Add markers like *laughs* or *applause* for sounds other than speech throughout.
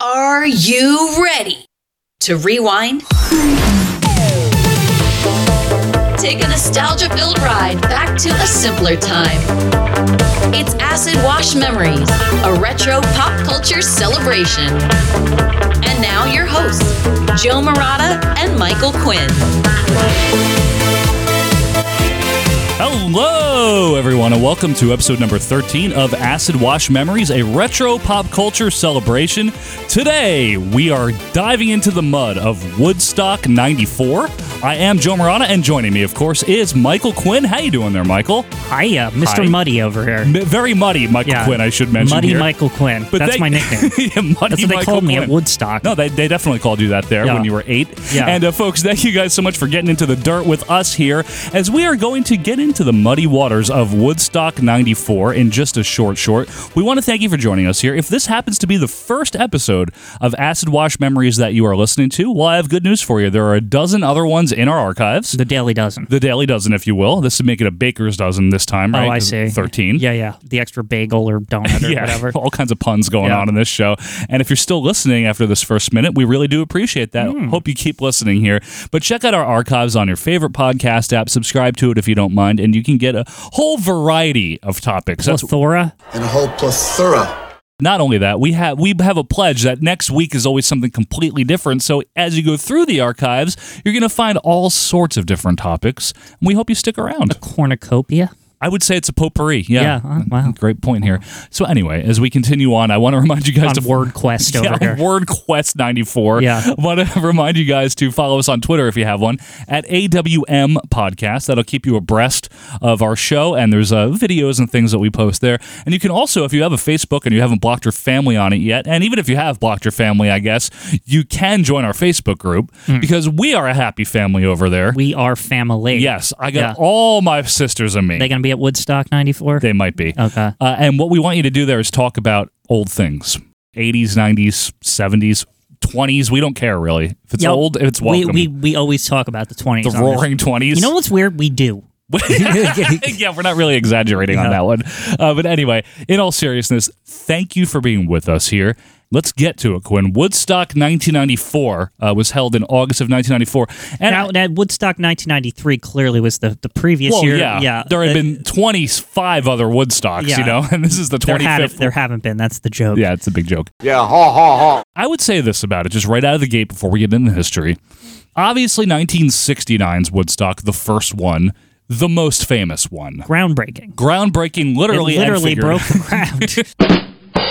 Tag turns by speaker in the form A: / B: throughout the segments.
A: Are you ready to rewind? Take a nostalgia filled ride back to a simpler time. It's Acid Wash Memories, a retro pop culture celebration. And now, your hosts, Joe Murata and Michael Quinn.
B: Hello, everyone, and welcome to episode number 13 of Acid Wash Memories, a retro pop culture celebration. Today, we are diving into the mud of Woodstock 94. I am Joe Morana, and joining me, of course, is Michael Quinn. How you doing there, Michael?
C: Hiya, Mr.
B: Hi.
C: uh, Muddy over here.
B: M- very muddy, Michael Quinn, I should mention
C: Muddy
B: here.
C: Michael Quinn.
B: But
C: That's
B: they-
C: my nickname.
B: *laughs* yeah, Muddy
C: That's what they
B: Michael
C: called me at
B: Quinn.
C: Woodstock.
B: No, they, they definitely called you that there
C: Yeah.
B: when you were eight.
C: Yeah.
B: And uh, folks, thank you guys so much for getting into the dirt with us here as we are going to get into the muddy waters of Woodstock 94 in just a short, short. We want to thank you for joining us here. If this happens to be the first episode of Acid Wash Memories that you are listening to, well, I have good news for you. There are a dozen other ones in our archives.
C: the Daily Dozen.
B: The Daily Dozen, if you will. This would make it a baker's dozen this time, right?
C: oh, I
B: 'Cause
C: see.
B: 13
C: Yeah, yeah. The extra bagel
B: *laughs*
C: or donut or whatever.
B: all kinds of puns going
C: Yeah.
B: on in this show. And if you're still listening after this first minute, we really do appreciate that. Hope you keep listening here. But check out our archives on your favorite podcast app. Subscribe to it if you don't mind, and you can get a whole variety of topics. That's
C: Plethora.
D: and a whole plethora
B: not only that, we have we have a pledge that next week is always something completely different. So as you go through the archives, you're going to find all sorts of different topics. And we hope you stick around.
C: Cornucopia.
B: I would say it's a potpourri. Yeah. Mm-hmm.
C: Yeah, uh, wow.
B: Great point here. So anyway, as we continue on, I want to remind you guys
C: On
B: to
C: Word Quest over
B: *laughs* yeah,
C: here.
B: Word Quest 94.
C: Yeah.
B: *laughs* Want to remind you guys to follow us on Twitter if you have one at AWM Podcast. That'll keep you abreast of our show. And there's uh, videos and things that we post there. And you can also, if you have a Facebook and you haven't blocked your family on it yet, and even if you have blocked your family, I guess, you can join our Facebook group because we are a happy family over there.
C: Hmm. We are family.
B: yes. I got
C: Yeah.
B: all my sisters and me.
C: They going to be at Woodstock 94?
B: They might be.
C: Okay.
B: Uh, and what we want you to do there is talk about old things 80s, 90s, 70s, 20s. We don't care really. If it's
C: Yep.
B: old, if it's
C: we,
B: welcome.
C: we, we always talk about the 20s.
B: the
C: on this.
B: roaring 20s. *laughs*
C: You know what's weird? We do. *laughs*
B: yeah, we're not really exaggerating on
C: Yeah.
B: that one. Uh, but anyway, in all seriousness, thank you for being with us here. Let's get to it, Quinn. Woodstock 1994 uh, was held in August of 1994. And
C: Now, that Woodstock 1993 clearly was the, the previous
B: well,
C: year.
B: yeah,
C: yeah.
B: there had
C: Uh,
B: been 25 other Woodstocks,
C: Yeah.
B: you know, *laughs* and this is the 25th
C: There haven't, there haven't been. That's the joke.
B: Yeah, it's a big joke. Yeah, ha ha ha. I would say this about it, just right out of the gate before we get into history. Obviously, 1969's Woodstock, the first one, the most famous one.
C: Groundbreaking.
B: Groundbreaking, literally,
C: it
B: and
C: literally
B: figuratively.
C: broke the
B: *laughs*
C: ground.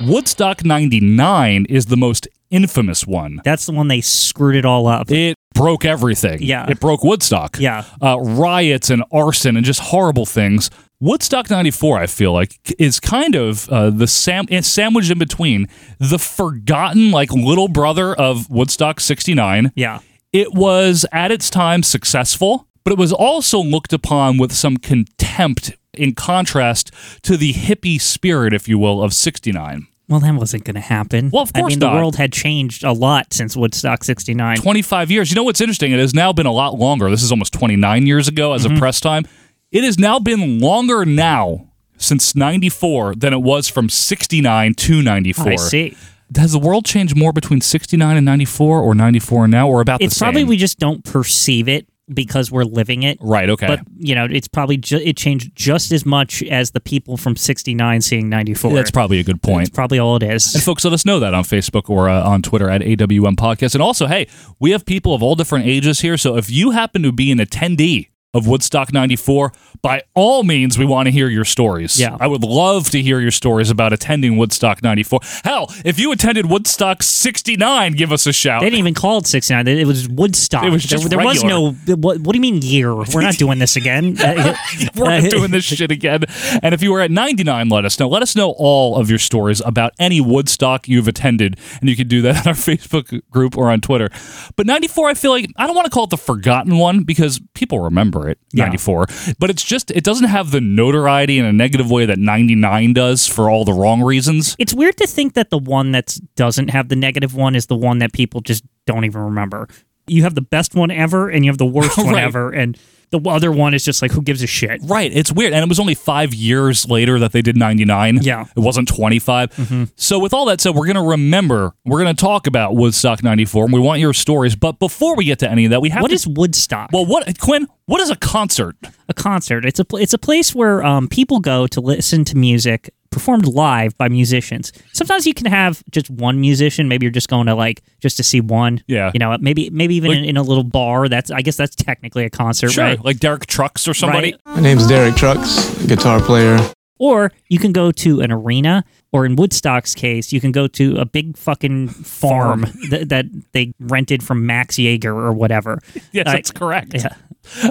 B: Woodstock 99 is the most infamous one.
C: That's the one they screwed it all up.
B: It broke everything.
C: Yeah.
B: It broke Woodstock.
C: Yeah.
B: Uh, riots and arson and just horrible things. Woodstock 94, I feel like, is kind of uh, the sam- it's sandwiched in between the forgotten, like, little brother of Woodstock 69.
C: yeah.
B: It was at its time successful, but it was also looked upon with some contempt in contrast to the hippie spirit, if you will, of 69.
C: Well, that wasn't going to happen.
B: Well, of
C: I
B: course
C: mean,
B: not.
C: the world had changed a lot since Woodstock 69.
B: 25 years. You know what's interesting? It has now been a lot longer. This is almost 29 years ago as
C: Mm-hmm.
B: of press time. It has now been longer now since 94 than it was from 69 to 94.
C: I see.
B: Has the world changed more between 69 and 94 or 94 and now or about
C: It's
B: the same?
C: probably we just don't perceive it because we're living it.
B: Right, okay.
C: But, you know, it's probably ju- it changed just as much as the people from 69 seeing 94.
B: That's probably a good point.
C: That's probably all it is.
B: And folks, let us know that on Facebook or uh, on Twitter at AWM Podcast. And also, hey, we have people of all different ages here. So if you happen to be an attendee of Woodstock 94, by all means, we want to hear your stories.
C: Yeah.
B: I would love to hear your stories about attending Woodstock 94. Hell, if you attended Woodstock 69, give us a shout.
C: They didn't even call it 69. It was Woodstock.
B: It was just
C: there, there was no.
B: regular.
C: What, what do you mean year? We're not doing
B: *laughs*
C: this again. Uh,
B: We're not doing this shit again. And if you were at 99, let us know. Let us know all of your stories about any Woodstock you've attended. And you can do that *laughs* on our Facebook group or on Twitter. But 94, I feel like, I don't want to call it the forgotten one because people remember it, 94. But it's just, it doesn't have the notoriety in a negative way that 99 does for all the wrong reasons.
C: It's weird to think that the one that doesn't have the negative one is the one that people just don't even remember. you have the best one ever and you have
B: *laughs*
C: the worst one
B: Right.
C: ever, and the other one is just like, who gives a shit?
B: Right. It's weird. And it was only five years later that they did 99.
C: Yeah. Mm-hmm.
B: It wasn't 25. So, with all that said, we're going to remember, we're going to talk about Woodstock 94, and we want your stories. But before we get to any of that, we have
C: What
B: to.
C: is Woodstock?
B: well, what, Quinn, what is a concert?
C: a concert. It's a pl- it's a place where um, people go to listen to music performed live by musicians. Sometimes you can have just one musician. Maybe you're just going to like just to see one.
B: Yeah.
C: you know, maybe maybe even in, in a little bar. That's I guess that's technically a concert, right?
B: Like Derek Trucks or somebody?
C: Right.
E: My name's Derek Trucks, guitar player.
C: Or you can go to an arena, or in Woodstock's case, you can go to a big fucking farm th- *laughs* that they rented from Max Yeager or whatever.
B: *laughs* Yes,
C: Uh,
B: that's correct.
C: yeah.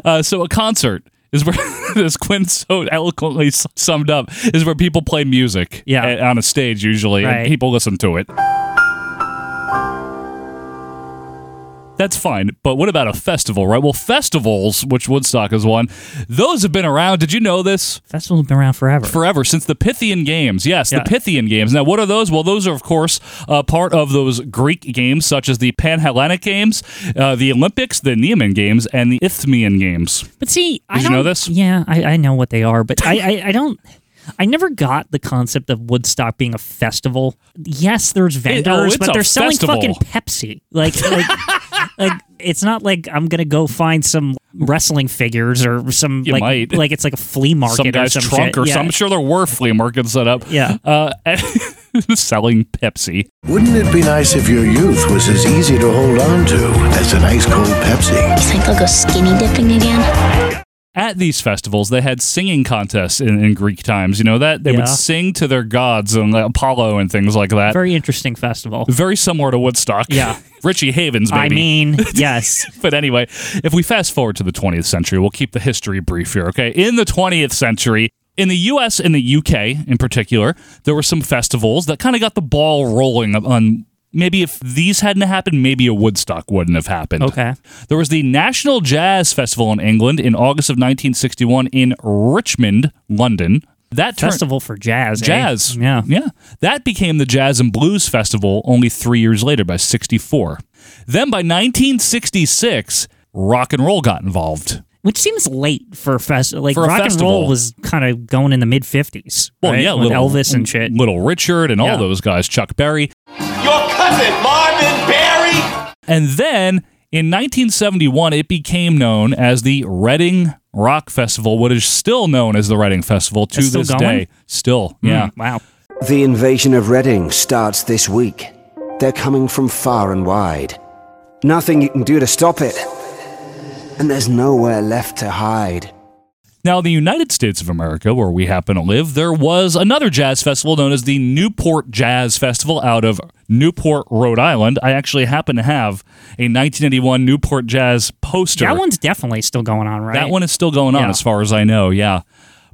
B: Uh, so a concert is where, *laughs* as Quinn so eloquently s- summed up, is where people play music
C: Yeah.
B: a- on a stage usually, and
C: Right.
B: people listen to it. That's fine, but what about a festival, right? Well, festivals, which Woodstock is one, those have been around. Did you know this?
C: Festival's been around forever.
B: forever since the Pythian Games. Yes,
C: Yeah.
B: the Pythian Games. Now, what are those? Well, those are, of course, uh, part of those Greek games, such as the Panhellenic Games, uh, the Olympics, the Neman Games, and the Isthmian Games.
C: But see, I
B: Did you
C: don't,
B: know this?
C: Yeah, I, I know what they
B: *laughs*
C: are, but I, I, I don't. I never got the concept of Woodstock being a festival. Yes, there's vendors,
B: oh, it's a
C: but they're selling
B: festival.
C: fucking Pepsi.
B: *laughs*
C: Like, like, like, it's not like I'm gonna go find some wrestling figures or some
B: You
C: like
B: might.
C: like it's like a flea market
B: Some guy's
C: or some
B: trunk
C: shit.
B: or
C: yeah.
B: some. I'm sure there were flea markets set up.
C: Yeah.
B: Uh, *laughs* selling Pepsi.
F: Wouldn't it be nice if your youth was as easy to hold on to as an ice cold Pepsi?
G: You think I'll go skinny dipping again?
B: At these festivals, they had singing contests in, in Greek times. You know that they
C: Yeah.
B: would sing to their gods and like, Apollo and things like that. Very,
C: Very interesting festival.
B: similar to Woodstock.
C: Yeah.
B: *laughs* Richie Havens, baby. *laughs*
C: I mean, yes.
B: But anyway, if we fast forward to the 20th century, we'll keep the history brief here, okay? In the 20th century, in the US and the UK in particular, there were some festivals that kind of got the ball rolling on maybe if these hadn't happened, maybe a Woodstock wouldn't have happened.
C: Okay.
B: There was the National Jazz Festival in England in August of 1961 in Richmond, London. That turned-
C: Festival for jazz. eh?
B: Jazz.
C: Yeah.
B: Yeah. That became the Jazz and Blues Festival only three years later by 64. Then by 1966, rock and roll got involved.
C: Which seems late for a fest. Like
B: For a
C: rock and
B: festival.
C: roll was kind of going in the mid fifties.
B: Well, yeah,
C: with
B: little,
C: Elvis and shit.
B: Little Richard and all
C: Yeah.
B: those guys, Chuck Berry.
H: Your cousin, Marvin Barry?
B: And then in 1971, it became known as the Reading Rock Festival, what is still known as the Reading Festival to
C: It's still
B: this
C: going?
B: day. Still, yeah.
C: Mm, wow.
I: The invasion of Reading starts this week. They're coming from far and wide. Nothing you can do to stop it. And there's nowhere left to hide.
B: Now, in the United States of America, where we happen to live, there was another jazz festival known as the Newport Jazz Festival out of Newport, Rhode Island. I actually happen to have a 1981 Newport Jazz poster.
C: That one's definitely still going on, right?
B: That one is still going on,
C: Yeah.
B: as far as I know, yeah.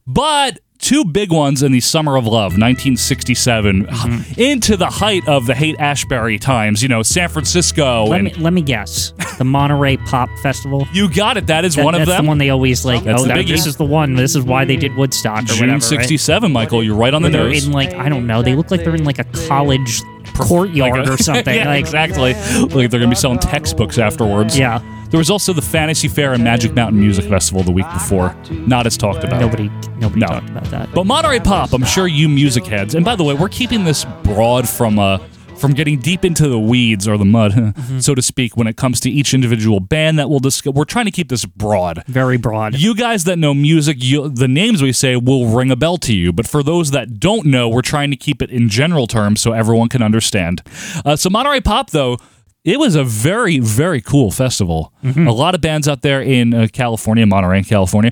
B: But two big ones in the Summer of Love, 1967,
C: Mm-hmm.
B: into the height of the Haight Ashbury times, you know, San Francisco.
C: Let
B: and
C: me let me guess. The Monterey Pop Festival.
B: you got it. That is
C: That-
B: one of
C: that's
B: them.
C: the one they always like.
B: That's
C: oh,
B: the
C: that-
B: biggie.
C: this is the one. This is why they did Woodstock or whatever.
B: June
C: right?
B: 67, Michael. You're right on the
C: Where They're
B: nose.
C: in like I don't know. They look like they're in like a college courtyard
B: a-
C: or
B: *laughs*
C: something.
B: yeah,
C: like
B: exactly. Like they're gonna be selling textbooks afterwards.
C: yeah.
B: There was also the Fantasy Fair and Magic Mountain Music Festival the week before. Not as talked about.
C: Nobody nobody
B: Uh, No.
C: talked about that.
B: But Monterey Pop, I'm sure you music heads. And by the way, we're keeping this broad from uh from getting deep into the weeds or the mud, *laughs*
C: Mm-hmm.
B: so to speak, when it comes to each individual band that we'll discuss. We're trying to keep this broad.
C: very broad.
B: You guys that know music, you, the names we say will ring a bell to you. But for those that don't know, we're trying to keep it in general terms so everyone can understand. Uh, so Monterey Pop, though, it was a very, very cool festival. A lot of bands out there in uh, California, Monterey, California.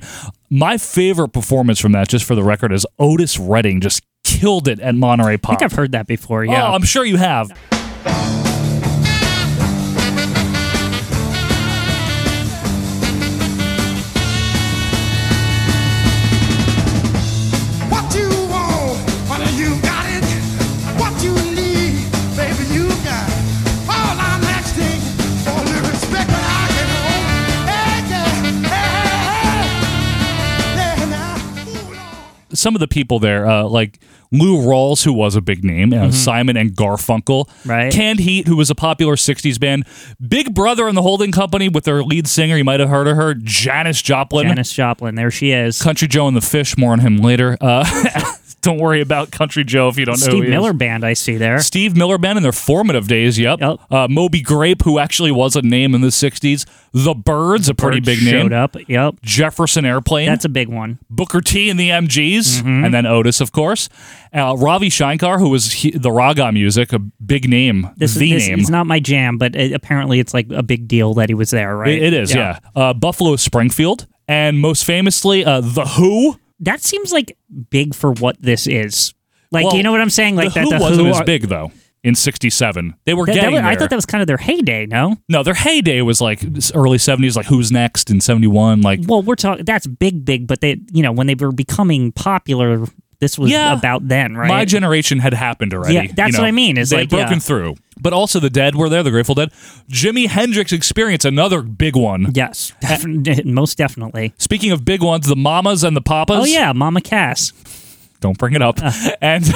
B: My favorite performance from that, just for the record, is Otis Redding just killed it at Monterey Pop.
C: I think I've heard that before. Yeah.
B: Oh, I'm sure you have.
H: What you want, honey, you got it. What you need, baby, you got it. All I'm asking for the respect that I can hold. Hey, yeah, hey, hey, hey. Yeah, now, hold on.
B: some of the people there, uh, like Lou Rawls, who was a big name, you know, Simon and Garfunkel,
C: Mm-hmm. Right.
B: Canned Heat, who was a popular '60s band, Big Brother and the Holding Company with their lead singer, you might have heard of her, Janis Joplin,
C: Janice Joplin, there she is.
B: Country Joe and the Fish. More on him later. Uh, *laughs* don't worry about Country Joe if you don't know. who
C: Steve
B: he is.
C: Miller Band, I see there.
B: Steve Miller Band in their formative days. Yep.
C: Yep.
B: Uh, Moby Grape, who actually was a name in the '60s. The Birds, a pretty
C: Bird
B: big
C: showed
B: name.
C: up. Yep,
B: Jefferson Airplane.
C: that's a big one.
B: Booker T and the MGs,
C: Mm-hmm.
B: and then Otis, of course. Uh, Ravi Shankar, who was he, the Raga music, a big name,
C: This,
B: the
C: this
B: name.
C: is not my jam, but it, apparently it's like a big deal that he was there, right?
B: It- it is, yeah. Uh, Buffalo Springfield, and most famously, uh, The Who.
C: That seems like big for what this is. Like,
B: Well,
C: you know what I'm saying? Like
B: the
C: that.
B: Who
C: the
B: wasn't
C: who
B: as
C: are-
B: big though. In '67, they were
C: That, that
B: getting
C: was-
B: there.
C: I thought that was kind of their heyday. No,
B: no, their heyday was like early '70s, like Who's Next in '71, like
C: well, we're talking. That's big, big. But they, you know, when they were becoming popular, this was
B: Yeah.
C: about then, right?
B: My generation had happened already.
C: Yeah, that's what I mean, is
B: they
C: like,
B: had broken
C: yeah.
B: through, but also the Dead were there, the Grateful Dead. Jimi Hendrix Experience, another big one. *laughs*
C: yes, defin- most definitely.
B: Speaking of big ones, the Mamas and the Papas.
C: Oh yeah, Uh. Mama Cass.
B: don't bring it up. *laughs* and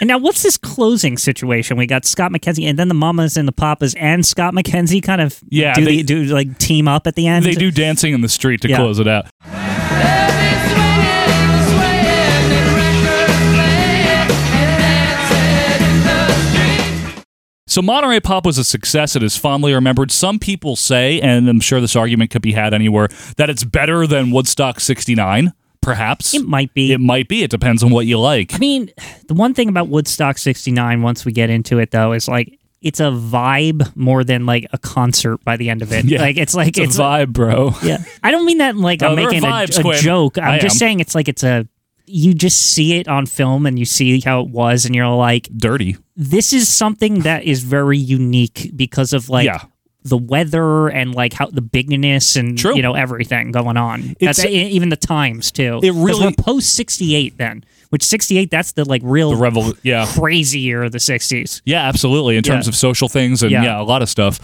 C: And now, what's this closing situation? We got Scott McKenzie, and then the mamas and the papas, and Scott McKenzie kind of
B: Yeah,
C: do,
B: they-
C: the, do like team up at the end.
B: they do dancing in the street to
C: Yeah.
B: close it out. So Monterey Pop was a success. It is fondly remembered. Some people say, and I'm sure this argument could be had anywhere, that it's better than Woodstock '69. Perhaps
C: It might be.
B: It might be. It depends on what you like.
C: I mean, the one thing about Woodstock '69, once we get into it, though, is like it's a vibe more than like a concert by the end of it.
B: Yeah.
C: Like it's like
B: It's, a vibe, bro.
C: *laughs* Yeah, I don't mean that in, like
B: No,
C: I'm
B: there are
C: making a,
B: vibes,
C: a
B: Quinn.
C: joke. I'm
B: I
C: just
B: am.
C: saying it's like it's a. You just see it on film and you see how it was, and you're like,
B: Dirty.
C: this is something that is very unique because of like
B: Yeah.
C: the weather and like how the bigness and
B: True.
C: you know everything going on. That's
B: It's-
C: e- even the times too.
B: It
C: 'Cause
B: really-
C: we're post sixty eight then, which sixty eight that's the like real
B: The revel. Yeah.
C: crazy year of the sixties.
B: Yeah, absolutely. In terms
C: Yeah.
B: of social things and yeah.
C: Yeah.
B: a lot of stuff.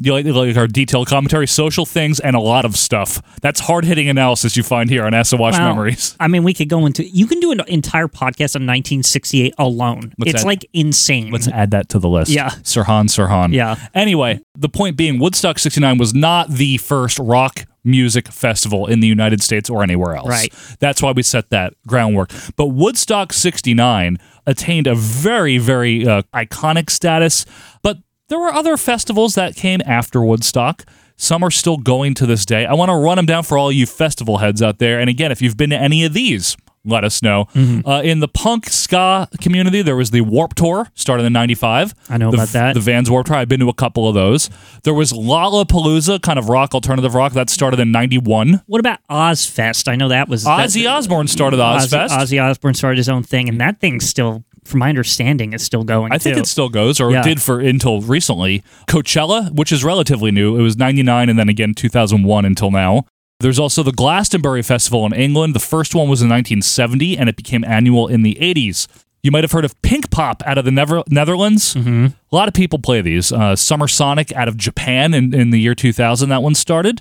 B: You like, like our detailed commentary, social things, and a lot of stuff. That's hard hitting analysis you find here on Acid Wash Memories.
C: I mean, we could go into. You can do an entire podcast on 1968 alone.
B: Let's
C: it's
B: add-
C: like insane.
B: Let's add that to the list.
C: Yeah.
B: Sirhan, Sirhan.
C: Yeah.
B: *laughs* Anyway, the point being, Woodstock 69 was not the first rock music festival in the United States or anywhere else.
C: Right.
B: That's why we set that groundwork. But Woodstock 69 attained a very, very uh, iconic status. But there were other festivals that came after Woodstock. Some are still going to this day. I want to run them down for all you festival heads out there. And again, if you've been to any of these, let us know. Uh, in the punk ska community, there was the Warp Tour, started in '95.
C: I know
B: The
C: about that.
B: The Vans Warp Tour. I've been to a couple of those. There was Lollapalooza, kind of rock, alternative rock, that started in '91.
C: What about Ozfest? I know that was
B: Ozzy
C: that-
B: Osbourne started
C: Ozzy-
B: Ozfest.
C: Ozzy Osbourne started his own thing, and that thing's still, from my understanding, is still going.
B: I think
C: too.
B: it still goes, or
C: Yeah.
B: did for until recently. Coachella, which is relatively new, it was 99 and then again 2001 until now. There's also the Glastonbury Festival in England. The first one was in 1970 and it became annual in the 80s. You might have heard of Pink Pop out of the Never- Netherlands. Mm-hmm. A lot of people play these. Uh, Summer Sonic out of Japan in, in the year 2000, that one started.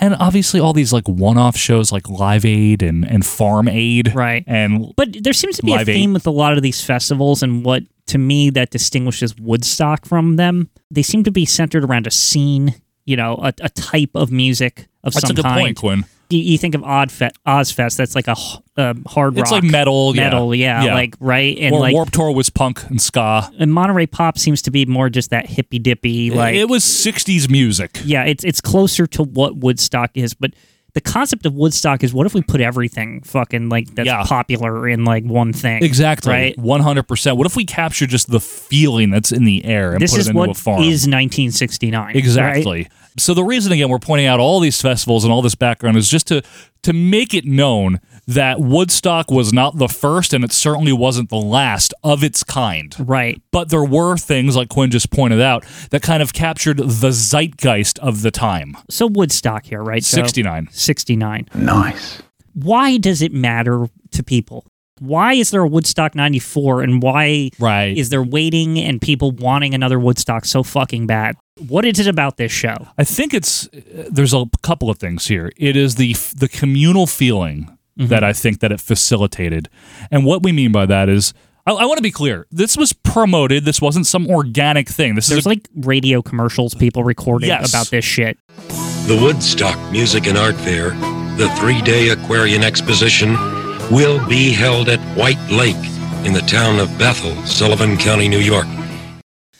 B: And obviously, all these like one off shows like Live Aid and, and Farm Aid.
C: Right.
B: And
C: But there seems to be a
B: Live Aid.
C: theme with a lot of these festivals, and what to me that distinguishes Woodstock from them, they seem to be centered around a scene, you know, a, a type of music of
B: that's
C: some
B: a good
C: kind.
B: point, Quinn.
C: You, you think of Odd Fe- Ozfest, that's like a h- um, hard rock.
B: It's like metal, yeah.
C: metal, yeah,
B: Yeah.
C: like right, and
B: Well,
C: like
B: Warp Tour was punk and ska.
C: and Monterey Pop seems to be more just that hippy dippy, like
B: it was 60s music.
C: yeah, it's it's closer to what Woodstock is, but the concept of Woodstock is what if we put everything fucking like that's
B: Yeah.
C: popular in like one thing.
B: Exactly.
C: Right.
B: 100%. What if we capture just the feeling that's in the air and
C: This
B: put it
C: is
B: into
C: what
B: a farm?
C: is 1969. right?
B: Exactly. So the reason again we're pointing out all these festivals and all this background is just to to make it known that Woodstock was not the first and it certainly wasn't the last of its kind.
C: Right.
B: But there were things like Quinn just pointed out that kind of captured the zeitgeist of the time.
C: So Woodstock here, right? So
B: 69.
C: 69.
E: Nice.
C: Why does it matter to people? Why is there a Woodstock 94 and why
B: Right.
C: is there waiting and people wanting another Woodstock so fucking bad? What is it about this show?
B: I think it's there's a couple of things here. It is the the communal feeling
C: Mm-hmm.
B: that I think that it facilitated. And what we mean by that is, I, I want to be clear. This was promoted. This wasn't some organic thing. This is
C: There's
B: a,
C: like radio commercials people recorded
B: Yes.
C: about this shit.
J: The Woodstock Music and Art Fair, the three day Aquarian Exposition, will be held at White Lake in the town of Bethel, Sullivan County, New York.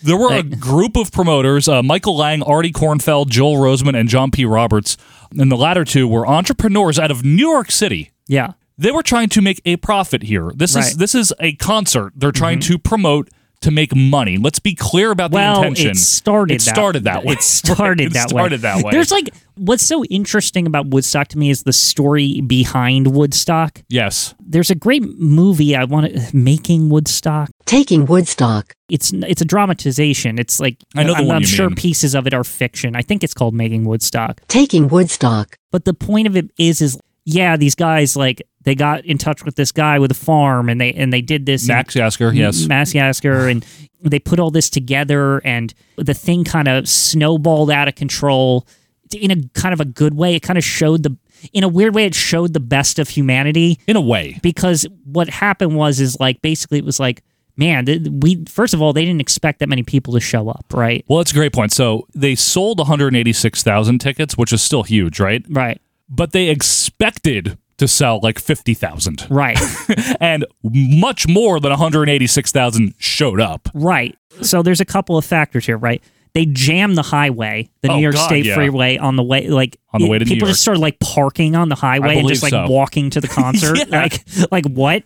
B: There were a
C: Right.
B: group of promoters uh, Michael Lang, Artie Kornfeld, Joel Roseman, and John P. Roberts. And the latter two were entrepreneurs out of New York City.
C: Yeah.
B: They were trying to make a profit here. This is
C: Right. Mm-hmm.
B: this is a concert. They're trying to promote to make money. Let's be clear about
C: well,
B: the intention.
C: It started.
B: It
C: that,
B: started that way.
C: It started
B: *laughs* It
C: that way.
B: started that way.
C: There's like what's so interesting about Woodstock to me is the story behind Woodstock.
B: yes.
C: There's a great movie I want to making Woodstock.
A: Taking Woodstock.
C: It's it's a dramatization. It's like
B: I know the
C: am
B: one
C: I'm
B: you
C: sure
B: mean.
C: pieces of it are fiction. I think it's called Making Woodstock.
A: Taking Woodstock.
C: But the point of it is is yeah, these guys like they got in touch with this guy with a farm and they and they did this and-
B: Max Yasker, yes.
C: Massiasker, and they put all this together, and the thing kind of snowballed out of control in a kind of a good way. It kind of showed the, in a weird way, it showed the best of humanity
B: In a way.
C: because what happened was, is like basically it was like, man, th- we, first of all, they didn't expect that many people to show up, right?
B: Well, that's a great point. So they sold 186,000 tickets, which is still huge, right?
C: Right,
B: But they expected to sell like 50,000.
C: right,
B: *laughs* and much more than 186,000 showed up. Oh,
C: right. So there's a couple of factors here, right? They jammed the highway, the
B: Oh,
C: New York
B: God,
C: State
B: yeah.
C: freeway on the way, like
B: On the way to New
C: people
B: York.
C: just started like parking on the highway and
B: believe
C: just like
B: so. *laughs*
C: walking to the concert.
B: Yeah.
C: Like, like what?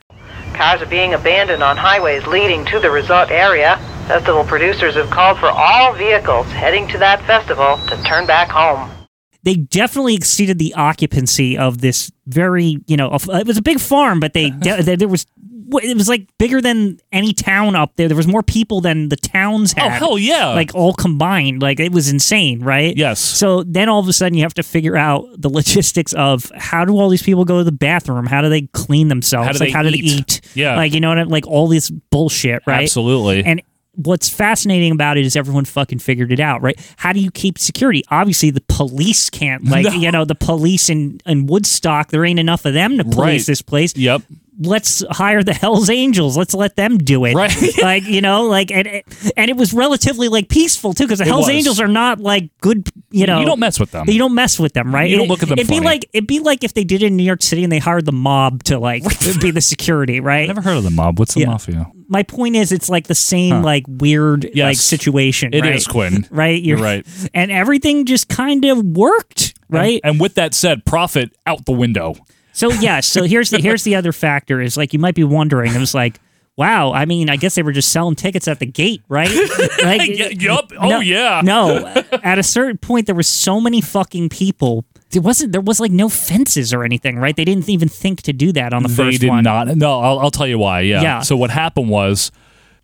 H: Cars are being abandoned on highways leading to the resort area. Festival producers have called for all vehicles heading to that festival to turn back home.
C: They definitely exceeded the occupancy of this very, you know, of- uh, it was a big farm, but
B: *laughs*
C: they, de- there- there was, it was like bigger than any town up there. There was more people than the towns
B: Oh,
C: had.
B: hell yeah.
C: Like all combined, like it was insane, right?
B: Yes.
C: So then all of a sudden you have to figure out the *laughs* logistics of how do all these people go to the bathroom? How do they clean themselves?
B: How do
C: like
B: they
C: how do they
B: eat?
C: eat?
B: Yeah.
C: Like you know what I like all this bullshit, right?
B: Absolutely.
C: And what's fascinating about it is everyone fucking figured it out, right? How do you keep security? Obviously, the police can't,
B: *laughs*
C: like,
B: No.
C: you know, the police in, in Woodstock, there ain't enough of them to police
B: Right.
C: this place.
B: Yep.
C: Let's hire the Hells Angels. Let's let them do it.
B: Right.
C: *laughs* like, you know, like, and, and it was relatively, like, peaceful, too, because the Hells
B: was.
C: Angels are not, like, good, you know.
B: you don't mess with them.
C: You don't mess with them, right?
B: You don't look at them
C: It'd
B: funny.
C: be like it'd be like if they did it in New York City and they hired the mob
B: *laughs*
C: to like be the security, right?
B: I never heard of the mob. What's the
C: Yeah.
B: mafia?
C: my point is it's like the same like weird
B: Yes.
C: like situation
B: It is
C: right?
B: Quinn.
C: right
B: You're right.
C: *laughs* and everything just kind of worked right
B: And with that said, profit out the window.
C: so
B: *laughs*
C: yeah so here's the here's the other factor is like you might be wondering it was like wow i mean i guess they were just selling tickets at the gate
B: *laughs*
C: right like
B: Y- yup. Oh,
C: no-
B: yeah.
C: no at a certain point there were so many fucking people there wasn't there was like no fences or anything right they didn't even think to do that on the
B: They
C: first
B: did
C: one
B: not. No, I'll, I'll tell you why. Yeah.
C: Yeah.
B: So what happened was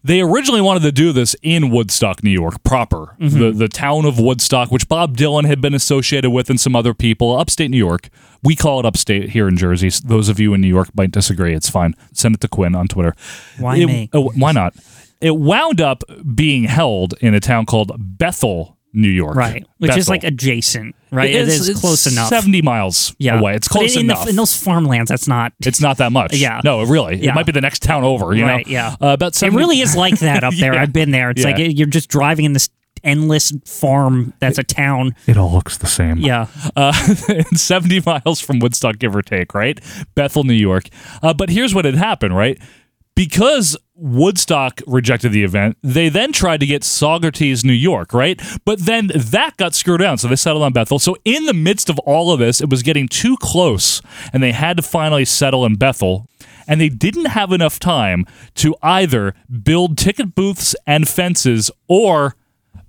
B: they originally wanted to do this in Woodstock, New York, proper,
C: Mm-hmm.
B: the, the town of Woodstock, which Bob Dylan had been associated with and some other people, upstate New York. We call it upstate here in Jersey. Those of you in New York might disagree. It's fine. Send it to Quinn on Twitter.
C: Why
B: It-
C: me?
B: oh, why not? It wound up being held in a town called Bethel, New York.
C: right which is
B: Bethel.
C: like adjacent right it is
B: it's
C: close enough
B: Seventy miles
C: yeah.
B: away. It's
C: But
B: close
C: in,
B: enough.
C: The, in those farmlands, that's not.
B: It's not that much.
C: Yeah.
B: No, really. It
C: Yeah.
B: might be the next town over, you
C: Right,
B: know?
C: yeah.
B: Uh, about
C: it
B: 70
C: really is like that up there.
B: *laughs* Yeah.
C: I've been there. It's
B: Yeah.
C: like it- you're just driving in this endless farm that's a town.
B: It all looks the same.
C: Yeah.
B: Uh, *laughs* 70 miles from Woodstock, give or take, right? Bethel, New York. Uh, but here's what had happened, right? Because Woodstock rejected the event, they then tried to get Saugerties, New York, right? But then that got screwed down, so they settled on Bethel. So in the midst of all of this, it was getting too close, and they had to finally settle in Bethel. And they didn't have enough time to either build ticket booths and fences or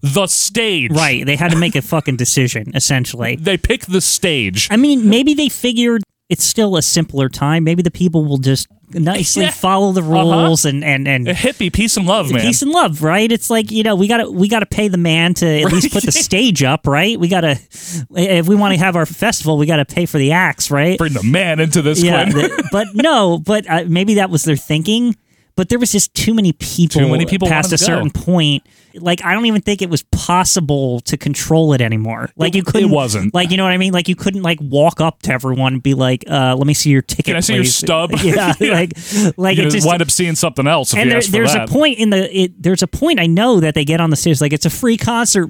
B: the stage.
C: Right. They had to make a fucking decision, essentially.
B: They pick the stage.
C: I mean, maybe they figured it's still a simpler time. Maybe the people will just nicely
B: *laughs* Yeah.
C: follow the
B: Uh-huh.
C: rules and, and,
B: A
C: and
B: hippie, peace and love, man.
C: peace and love, right? It's like, you know, we gotta we gotta pay the man to at least put
B: *laughs*
C: the stage up, right? We gotta if we wanna have our festival, we gotta pay for the acts, right?
B: Bring the man into this
C: yeah,
B: one.
C: the- but no, but uh, maybe that was their thinking. But there was just too many people.
B: Too many people
C: past
B: wanted
C: a
B: to
C: certain
B: go.
C: point like I don't even think it was possible to control it anymore. Like you
B: It
C: couldn't.
B: wasn't.
C: Like you know what I mean? Like you couldn't like walk up to everyone and be like, uh, "Let me see your ticket.
B: Can I see your
C: please."
B: stub?
C: *laughs* Yeah.
B: *laughs* Yeah.
C: Like *laughs* like
B: you
C: it
B: just
C: just
B: wind up seeing something else if
C: and
B: you
C: there,
B: ask for
C: there's
B: that.
C: a point in the it, there's a point I know that they get on the stage like it's a free concert,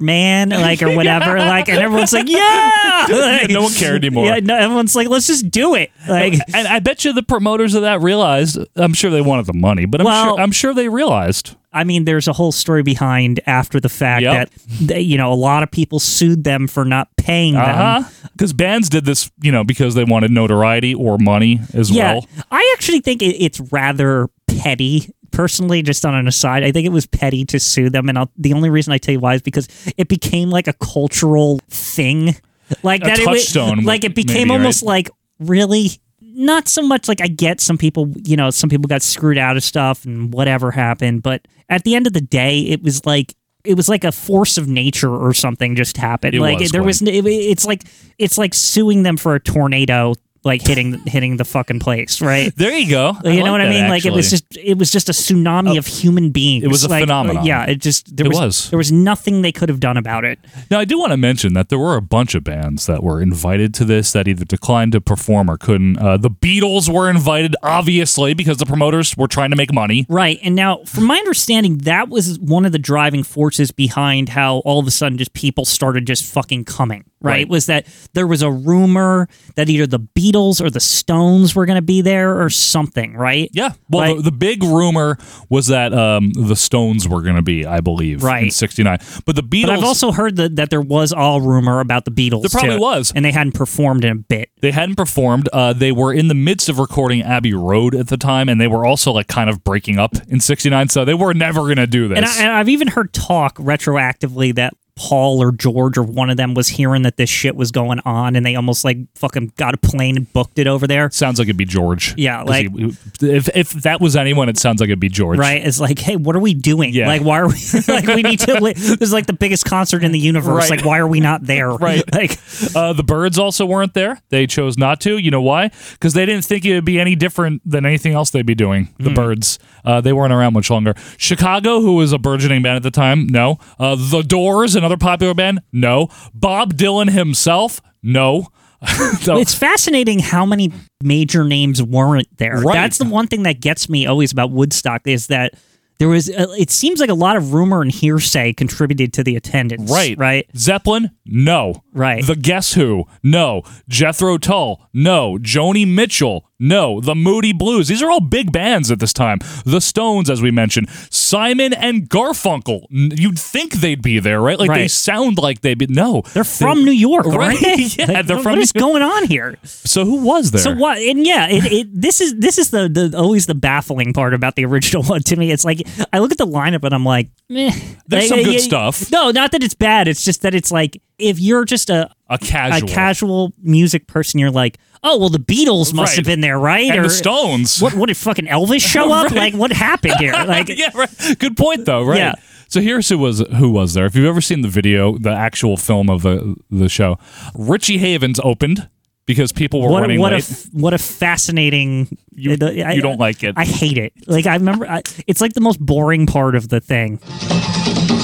B: *laughs*
C: man, like or whatever, like and everyone's like, yeah, Like,
B: no one cared anymore.
C: Yeah, no, everyone's like, let's just do it, like.
B: *laughs* and I bet you the promoters of that realized. I'm sure they wanted the money, but I'm,
C: Well-
B: sure, I'm sure they realized.
C: I mean, there's a whole story behind after the fact
B: Yep.
C: that they, you know a lot of people sued them for not paying
B: Uh
C: them.
B: huh. Because bands did this, you know, because they wanted notoriety or money as
C: Yeah,
B: well.
C: I actually think it, it's rather petty. Personally, just on an aside, I think it was petty to sue them, and I'll, the only reason I tell you why is because it became like a cultural thing, like
B: A
C: that. it wa-
B: touchstone,
C: like it became
B: maybe,
C: almost
B: right?
C: like really not so much like I get some people, you know, some people got screwed out of stuff and whatever happened, but at the end of the day, it was like. It was like a force of nature or something just happened.
B: It
C: like
B: was,
C: there
B: Glenn.
C: was, it, it's like it's like suing them for a tornado, like hitting *laughs* hitting the fucking
B: *laughs*
C: place, right?
B: There you go.
C: Like, you know what I mean? Like it was
B: just.
C: just it was just a tsunami of human beings.
B: Oh, It was a
C: like,
B: phenomenon.
C: Yeah, it just there
B: It
C: was,
B: was.
C: there was nothing they could have done about it.
B: Now, I do want to mention that there were a bunch of bands that were invited to this that either declined to perform or couldn't. Uh, the Beatles were invited, obviously, because the promoters were trying to make money.
C: Right. And now, from my understanding, that was one of the driving forces behind how all of a sudden just people started just fucking coming. Right.
B: Right.
C: Was that there was a rumor that either the Beatles or the Stones were going to be there or something. Right.
B: Yeah. Well,
C: Like-
B: the, the big rumor was that um, the Stones were going to be, I believe, in
C: Right.
B: '69. But the Beatles,
C: But I've also heard that, that there was all rumor about the Beatles.
B: There probably
C: too,
B: was.
C: and they hadn't performed in a bit.
B: they hadn't performed. Uh, they were in the midst of recording Abbey Road at the time, and they were also like kind of breaking up in '69. So they were never going to do this.
C: And, I, and I've even heard talk retroactively that Paul or George or one of them was hearing that this shit was going on, and they almost like fucking got a plane and booked it over there.
B: sounds like it'd be George.
C: Yeah,
B: 'Cause
C: like-
B: he- if if that was anyone, it sounds like it'd be George.
C: Right? It's like, hey, what are we doing?
B: Yeah.
C: Like, why are we? *laughs* like, we need to. Li- this is like the biggest concert in the universe.
B: Right.
C: Like, why are we not there?
B: *laughs* Right.
C: Like,
B: Uh, the birds also weren't there. They chose not to. You know why? Because they didn't think it would be any different than anything else they'd be doing. The birds. Uh, they weren't around much longer. Chicago, who was a burgeoning band at the time, no. Uh, the Doors, another popular band, no. Bob Dylan himself, no. *laughs* So-
C: it's fascinating how many major names weren't there.
B: Right.
C: That's the one thing that gets me always about Woodstock is that. There was. Uh, it seems like a lot of rumor and hearsay contributed to the attendance.
B: Right.
C: Right.
B: Zeppelin, no.
C: Right.
B: The Guess Who, no. Jethro Tull, no. Joni Mitchell, no. The Moody Blues. These are all big bands at this time. The Stones, as we mentioned. Simon and Garfunkel. N- You'd think they'd be there, right? Like they
C: Right.
B: sound like they'd be. No.
C: They're from New
B: *laughs*
C: York,
B: Right?
C: right? They?
B: Yeah,
C: Like,
B: they're
C: what
B: from
C: is
B: New-
C: going on here?
B: So who was there?
C: So what? And yeah, it, it, this is this is the, the always the baffling part about the original *laughs* one to me. It's like I look at the lineup and I'm like, meh.
B: There's
C: Like,
B: some
C: uh,
B: good
C: yeah,
B: stuff.
C: No, not that it's bad. It's just that it's like if you're just a
B: A casual.
C: a casual music person, you're like, oh well, the Beatles must
B: Right.
C: have been there, right?
B: And the Stones.
C: What? What did fucking Elvis
B: *laughs*
C: show up? Like what happened here? Like
B: yeah, right. Good point though, right?
C: Yeah.
B: So here's who was who was there. If you've ever seen the video, the actual film of the the show, Richie Havens opened because people were
C: what
B: running
C: what a
B: late.
C: f- what a fascinating
B: You-
C: I,
B: you don't like it.
C: I hate it. Like I remember, I, it's like the most boring part of the thing.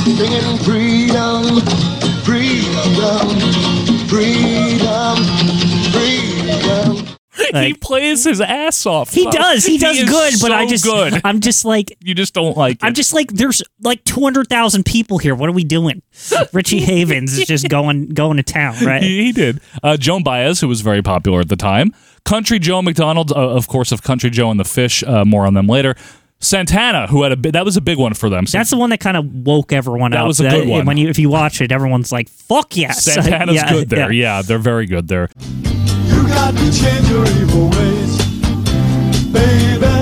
H: Singing freedom, freedom, freedom, freedom.
B: he
C: Like-
B: plays his ass off.
C: He
B: though.
C: does, he does
B: is
C: good, but
B: so
C: I just,
B: good.
C: *laughs*
B: *laughs*
C: I'm just like,
B: You just don't like
C: I'm
B: it.
C: just like, there's like 200,000 people here. What are
B: *laughs*
C: we doing? Richie Havens is just going going to town, right?
B: He, he did. Uh, Joan Baez, who was very popular at the time. Country Joe McDonald, uh, of course, of Country Joe and the Fish. Uh, more on them later. Santana, who had a bi- that was a big one for them.
C: That's the one that kind of woke everyone
B: That
C: up.
B: was a good one.
C: When you, if you watch it, everyone's like, "Fuck yes!" *laughs*
B: Santana's
C: Yeah,
B: good there. Yeah. they're very good there.
H: You got to change your evil ways, baby.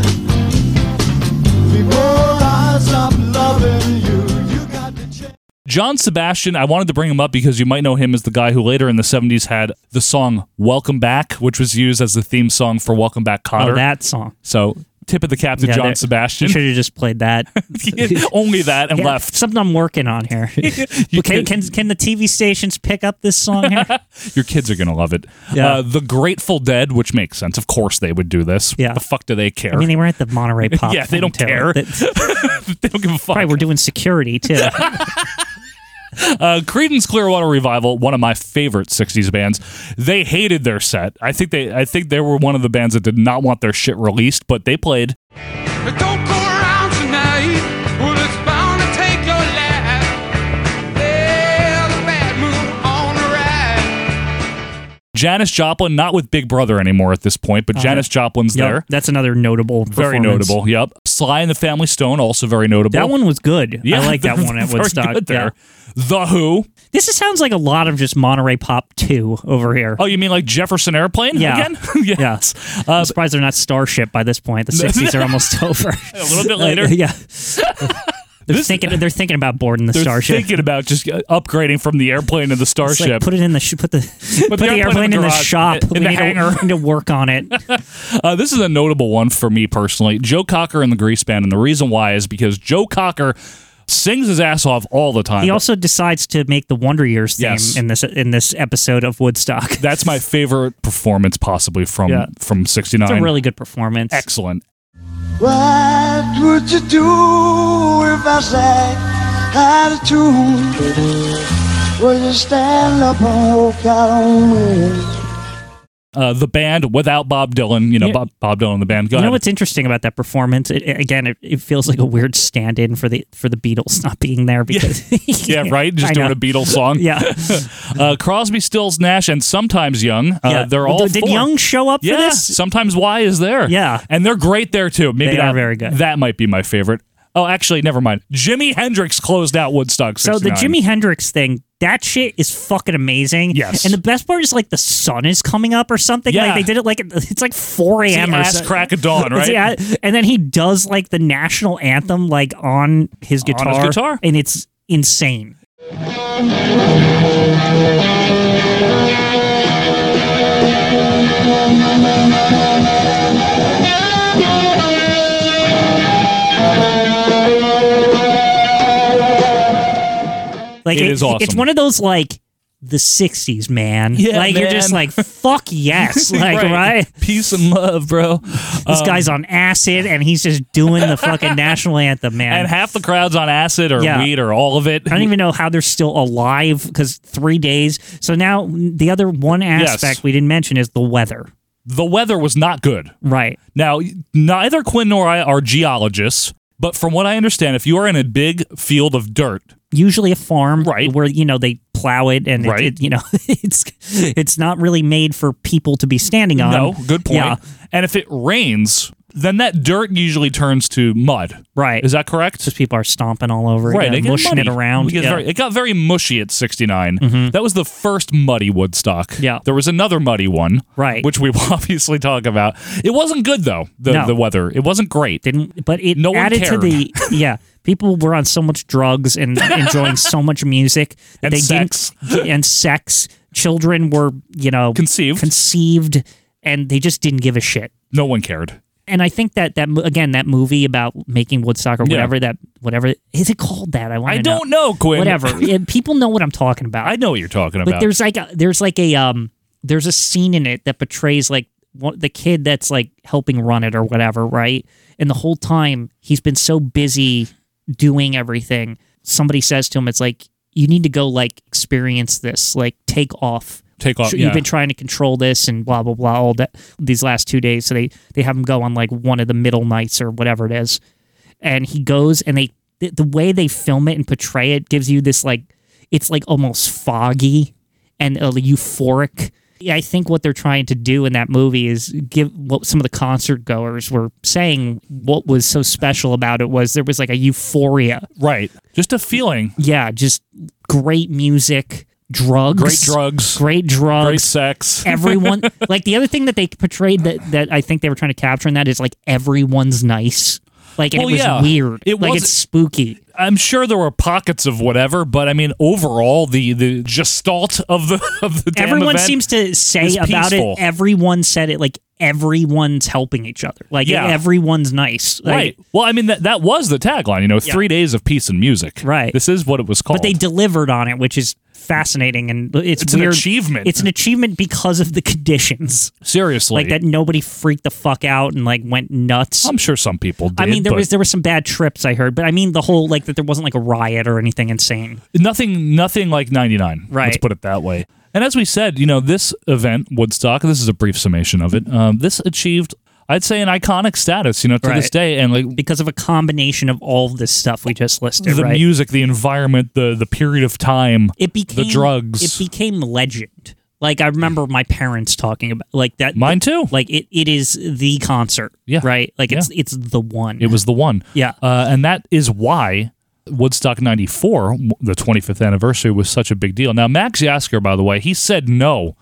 H: Before I stop loving you, you got to change.
B: John Sebastian, I wanted to bring him up because you might know him as the guy who later in the 70s had the song Welcome Back, which was used as the theme song for Welcome Back Cotter.
C: Oh, that song.
B: So tip of the cap to John Sebastian. *laughs*
C: *laughs* Should have just played that.
B: Only that and
C: Yeah, *laughs*
B: left.
C: Something I'm working
B: *laughs*
C: on here. But can,
B: could-
C: can can the TV stations pick up this song
B: *laughs*
C: here?
B: Your kids are gonna love it.
C: Yeah.
B: Uh, the Grateful Dead, which makes sense. Of course they would do this.
C: Yeah.
B: The fuck do they care?
C: I mean, they were at the Monterey Pop.
B: yeah, they
C: thing,
B: don't
C: too.
B: care.
C: That-
B: *laughs* they don't give a fuck.
C: Probably we're doing security too.
B: Uh, Creedence Clearwater Revival, one of my favorite '60s bands. They hated their set. I think they, I think they were one of the bands that did not want their shit released, but they played.
H: But don't go around tonight. Well, it's bound to take your life. There's a bad moon on the rise.
B: Janis Joplin, not with Big Brother anymore at this point, but Janis Joplin's
C: Yep,
B: *laughs* there.
C: That's another notable.
B: Very
C: performance.
B: notable. Yep. Sly and the Family Stone, also very notable.
C: That one was good.
B: *laughs*
C: I like that
B: they're
C: one at
B: very
C: Woodstock.
B: good there.
C: Yeah.
B: The Who.
C: This is, sounds like a lot of just Monterey Pop two over here.
B: Oh, you mean like Jefferson Airplane
C: Yeah.
B: again? *laughs* yes. Uh,
C: I'm surprised they're not Starship by this point. The '60s are almost over.
B: *laughs* A little
C: *laughs*
B: bit later.
C: Uh, yeah. They're thinking. They're thinking about boarding the
B: They're
C: starship.
B: thinking about just uh, upgrading from the airplane to the
C: It's
B: starship.
C: like, put it in the sh-
B: *laughs*
C: put the put, the airplane in the,
B: garage,
C: shop.
B: in
C: we
B: the
C: need
B: hangar.
C: To, need to work
B: *laughs*
C: on it.
B: Uh, this is a notable one for me personally. Joe Cocker and the Grease Band, and the reason why is because Joe Cocker sings his ass off all the time.
C: He also decides to make the Wonder Years theme
B: Yes.
C: in this in this episode of Woodstock. *laughs* It's
B: That's my favorite performance possibly from
C: Yeah.
B: from '69.
C: a really good performance.
B: excellent.
H: What would you do if I sang out of tune? Would you stand up and walk out on me?
B: Uh, the band without Bob Dylan, you know
C: Yeah.
B: Bob, Bob Dylan, the band. Go
C: You know
B: ahead.
C: what's interesting about that performance? It, it- again, it, it feels like a weird stand-in for the for the Beatles not being there because *laughs*
B: yeah, right. Just
C: I
B: doing
C: know.
B: a Beatles song.
C: yeah.
B: *laughs* Uh, Crosby, Stills, Nash, and sometimes Young. Uh,
C: yeah.
B: They're
C: Well,
B: all.
C: Did
B: four.
C: Young show up
B: Yeah.
C: for this?
B: Sometimes Y is there.
C: Yeah.
B: And they're great there too. Maybe
C: They
B: that,
C: are very good.
B: That might be my favorite. Oh, actually, never mind. Jimi Hendrix closed out Woodstock.
C: So the
B: 69.
C: Jimi Hendrix thing, that shit is fucking amazing.
B: Yes.
C: And the best part is like the sun is coming up or something.
B: Yeah.
C: Like they did it like *laughs* it's like 4
B: It's the
C: a.m. or
B: ass
C: something.
B: crack of dawn,
C: *laughs*
B: right? *laughs*
C: Yeah, and then he does like the national anthem like on his
B: On his
C: guitar,
B: guitar.
C: and it's insane. Like
B: It is awesome.
C: It's one of those like the '60s, man.
B: Yeah,
C: like you're just
B: man.
C: like fuck
B: *laughs*
C: yes, like right.
B: Peace and love, bro.
C: This
B: Um,
C: guy's on acid and he's just doing
B: *laughs*
C: the fucking national anthem, man.
B: and half the crowd's on acid or
C: Yeah.
B: weed or all of it.
C: I don't even know how they're still alive because three days. So now the other one aspect we didn't mention is the weather.
B: The weather was not good.
C: Right.
B: Now, neither Quinn nor I are geologists, but from what I understand, if you are in a big field of dirt,
C: Usually a farm,
B: Right.
C: where you know they plow it and it-
B: Right.
C: it, you know *laughs* it's it's not really made for people to be standing on.
B: no, good point.
C: Yeah,
B: And if it rains, then that dirt usually turns to mud.
C: right.
B: Is that correct?
C: Just people are stomping all over
B: Right,
C: it,
B: they
C: you
B: get
C: know, mushing it
B: muddy.
C: around.
B: It, gets
C: Yeah. Mm-hmm.
B: very, it got very mushy at 69. That was the first muddy Woodstock.
C: Yeah.
B: There was another muddy one.
C: Right.
B: Which we will *laughs* obviously talk about. It wasn't good, though, the,
C: No.
B: the weather. It wasn't great.
C: didn't but it
B: No one
C: added to
B: cared.
C: the yeah people were on so much
B: *laughs*
C: drugs and enjoying so much music that
B: And
C: they
B: sex.
C: didn't and sex children were you know
B: Conceived.
C: conceived and they just didn't give a shit
B: no one cared.
C: and i think that that mo- again that movie about making woodstock or
B: Yeah.
C: whatever that whatever is it called that i want
B: I
C: to
B: don't know, Quinn. *laughs*
C: whatever Yeah, people know what i'm talking about
B: I know what you're talking
C: but
B: about.
C: there's like a, there's like a um there's a scene in it that portrays like one, the kid that's like helping run it or whatever, right? And the whole time he's been so busy doing everything. Somebody says to him, "It's like you need to go like experience this, like take off."
B: Take off.
C: Sure,
B: yeah.
C: You've been trying to control this and blah blah blah all that these last two days. So they they have him go on like one of the middle nights or whatever it is, and he goes and they the, the way they film it and portray it gives you this like it's like almost foggy and uh, euphoric. Yeah, I think what they're trying to do in that movie is give what some of the concert goers were saying. What was so special about it was there was like a euphoria.
B: right. Just a feeling.
C: Yeah, just great music, drugs,
B: Great drugs.
C: great drugs,
B: Great sex. *laughs*
C: everyone like the other thing that they portrayed that that I think they were trying to capture in that is like everyone's nice. Like and
B: Well,
C: it was
B: yeah.
C: weird.
B: It
C: like
B: was-
C: it's spooky.
B: I'm sure there were pockets of whatever, but I mean, overall, the the gestalt of the of the damn
C: Everyone
B: event
C: seems to say
B: is
C: about
B: peaceful.
C: it. Everyone said it like everyone's helping each other. Like
B: Yeah.
C: everyone's nice. Like,
B: Right. Well, I mean that that was the tagline, you know, three days of peace and music.
C: Right.
B: This is what it was called.
C: But they delivered on it, which is fascinating and it's,
B: It's an
C: weird.
B: achievement.
C: It's an achievement because of the conditions.
B: seriously
C: Like that nobody freaked the fuck out and like went nuts.
B: I'm sure some people. Did,
C: I mean, there
B: but
C: was there were some bad trips I heard, but I mean the whole like that there wasn't like a riot or anything insane.
B: nothing, nothing like '99. Let's
C: Right.
B: put it that way. And as we said, you know, this event, Woodstock. This is a brief summation of it. Um, this achieved, I'd say, an iconic status. You know, to this
C: Right.
B: day, and like
C: because of a combination of all of this stuff we just listed.
B: the
C: right?
B: music, the environment, the the period of time.
C: it became
B: the drugs.
C: It became legend. Like I remember my parents talking about like that.
B: Mine too.
C: Like it, it is the concert.
B: Yeah.
C: Right. Like it's it's the one.
B: It was the one.
C: Yeah.
B: Uh, and that is why Woodstock 94, w- the 25th anniversary, was such a big deal. Now, Max Yasker, by the way, he said no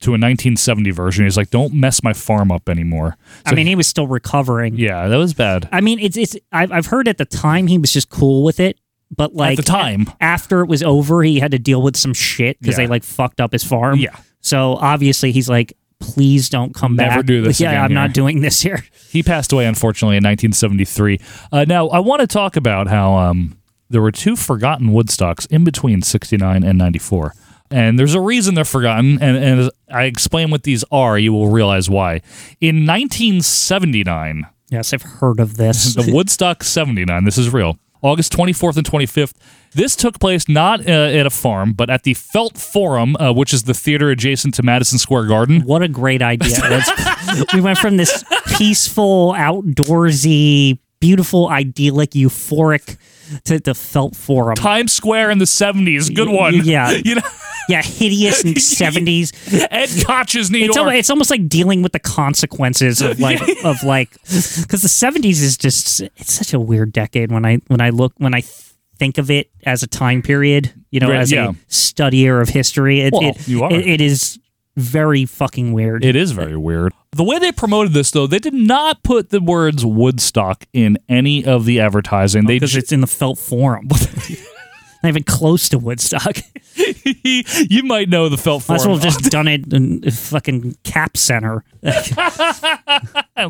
B: to a 1970 version. He's like, don't mess my farm up anymore.
C: I mean, he was still recovering.
B: uh, Yeah, that was bad.
C: I mean, it's it's. I've I've heard at the time he was just cool with it, but like
B: the time.
C: after it was over, he had to deal with some shit because
B: Yeah.
C: they like fucked up his farm.
B: Yeah.
C: So obviously he's like, please don't come
B: Never
C: back.
B: do this
C: *laughs* Yeah,
B: again
C: I'm
B: here."
C: not doing this here.
B: He passed away, unfortunately, in 1973. Uh, now, I want to talk about how um, there were two forgotten Woodstocks in between 69 and 94. And there's a reason they're forgotten. And, and as I explain what these are, you will realize why. In 1979,
C: Yes, I've heard of this.
B: *laughs*
C: *laughs*
B: the Woodstock 79. This is real. August 24th and 25th. This took place not uh, at a farm, but at the Felt Forum, uh, which is the theater adjacent to Madison Square Garden.
C: What a great idea.
B: *laughs*
C: That's- we went from this peaceful, outdoorsy, beautiful, idyllic, euphoric to the felt forum.
B: Times Square in the 70s. Good one.
C: Yeah.
B: *laughs* You know,
C: Yeah,
B: *laughs*
C: hideous in 70s.
B: Ed Koch's New
C: It's,
B: York.
C: al- it's almost like dealing with the consequences
B: *laughs*
C: of like of like because the 70s is just it's such a weird decade when I when I look when I think of it as a time period you know
B: Right,
C: as
B: yeah.
C: a studier of history it,
B: Well,
C: it-
B: you are.
C: it- it is very fucking weird
B: it is very weird. The way they promoted this, though, they did not put the words Woodstock in any of the advertising. They
C: because
B: just,
C: Oh, it's in the felt forum. *laughs* Not even close to Woodstock.
B: *laughs* you might know the Felt Forum.
C: Might as well have just done it in a fucking Cap Center. Uh,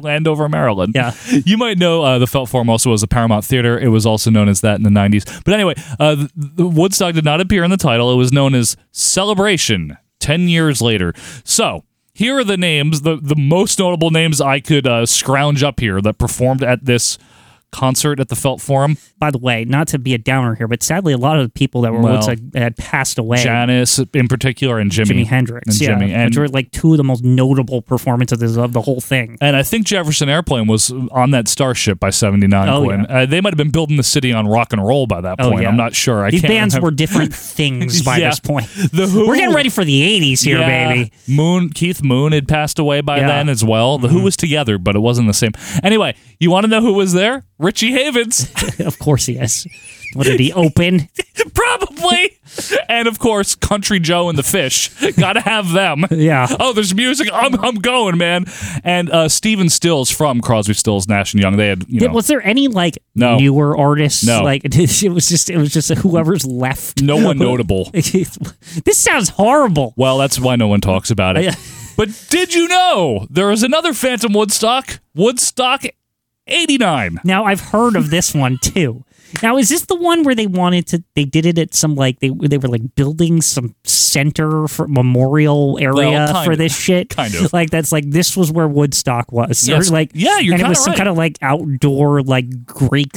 B: Landover, Maryland.
C: Yeah.
B: *laughs* You might know uh, the Felt Forum also was a Paramount Theater. It was also known as that in the 90s. But anyway, uh, the, the Woodstock did not appear in the title. It was known as Celebration 10 years later. So. Here are the names, the, the most notable names I could uh, scrounge up here that performed at this concert at the Felt Forum.
C: By the way, not to be a downer here, but sadly, a lot of the people that were
B: Well,
C: Woodstock had passed away.
B: Janice, in particular, and Jimmy.
C: Jimi Hendrix,
B: And
C: yeah,
B: Jimmy. And,
C: which were like two of the most notable performances of the whole thing.
B: and I think Jefferson Airplane was on that Starship by 79.
C: Oh,
B: Quinn. Uh, they might have been building the city on rock and roll by that
C: Oh,
B: point.
C: yeah.
B: I'm not sure. I
C: These
B: can't
C: bands
B: remember.
C: were
B: *laughs*
C: different things by
B: Yeah.
C: this point.
B: The Who-
C: We're getting ready for the '80s here,
B: Yeah.
C: baby.
B: Moon Keith Moon had passed away by
C: Yeah. Mm-hmm.
B: then as well. The Who was together, but it wasn't the same. Anyway, you want to know who was there? Richie Havens, *laughs*
C: of course, yes. What did he open? *laughs*
B: probably, and of course Country Joe and the Fish. Got to have them.
C: Yeah.
B: *laughs* Oh, there's music. I'm I'm going, man. And uh, Steven Stills from Crosby, Stills, Nash and Young. They had you
C: Did-
B: know.
C: was there any like
B: No.
C: newer artists?
B: No.
C: Like *laughs* it was just it was just whoever's *laughs*
B: *laughs*
C: left.
B: no one notable.
C: this sounds horrible.
B: Well, that's why no one talks about it.
C: Yeah.
B: But did you know there is another Phantom Woodstock? Woodstock 89.
C: *laughs* Now I've heard of this one too. Now is this the one where they wanted to? They did it at some like they they were like building some center for memorial
B: Well,
C: area
B: kind
C: for
B: of.
C: this shit.
B: Kind of.
C: like that's like this was where Woodstock was. Or,
B: Yes.
C: like
B: Yeah, you're
C: and it
B: kinda
C: was some
B: right.
C: kind of like outdoor like Greek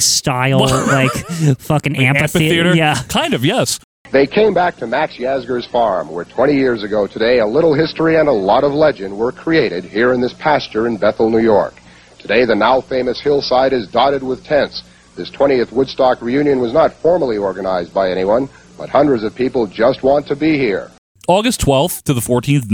B: *laughs*
C: style like fucking amphitheater. Yeah,
B: Kind of, yes.
K: They came back to Max Yasger's farm, where 20 years ago today, a little history and a lot of legend were created here in this pasture in Bethel, New York. Today, the now famous hillside is dotted with tents. This 20th Woodstock reunion was not formally organized by anyone, but hundreds of people just want to be here.
B: August 12th to the 14th,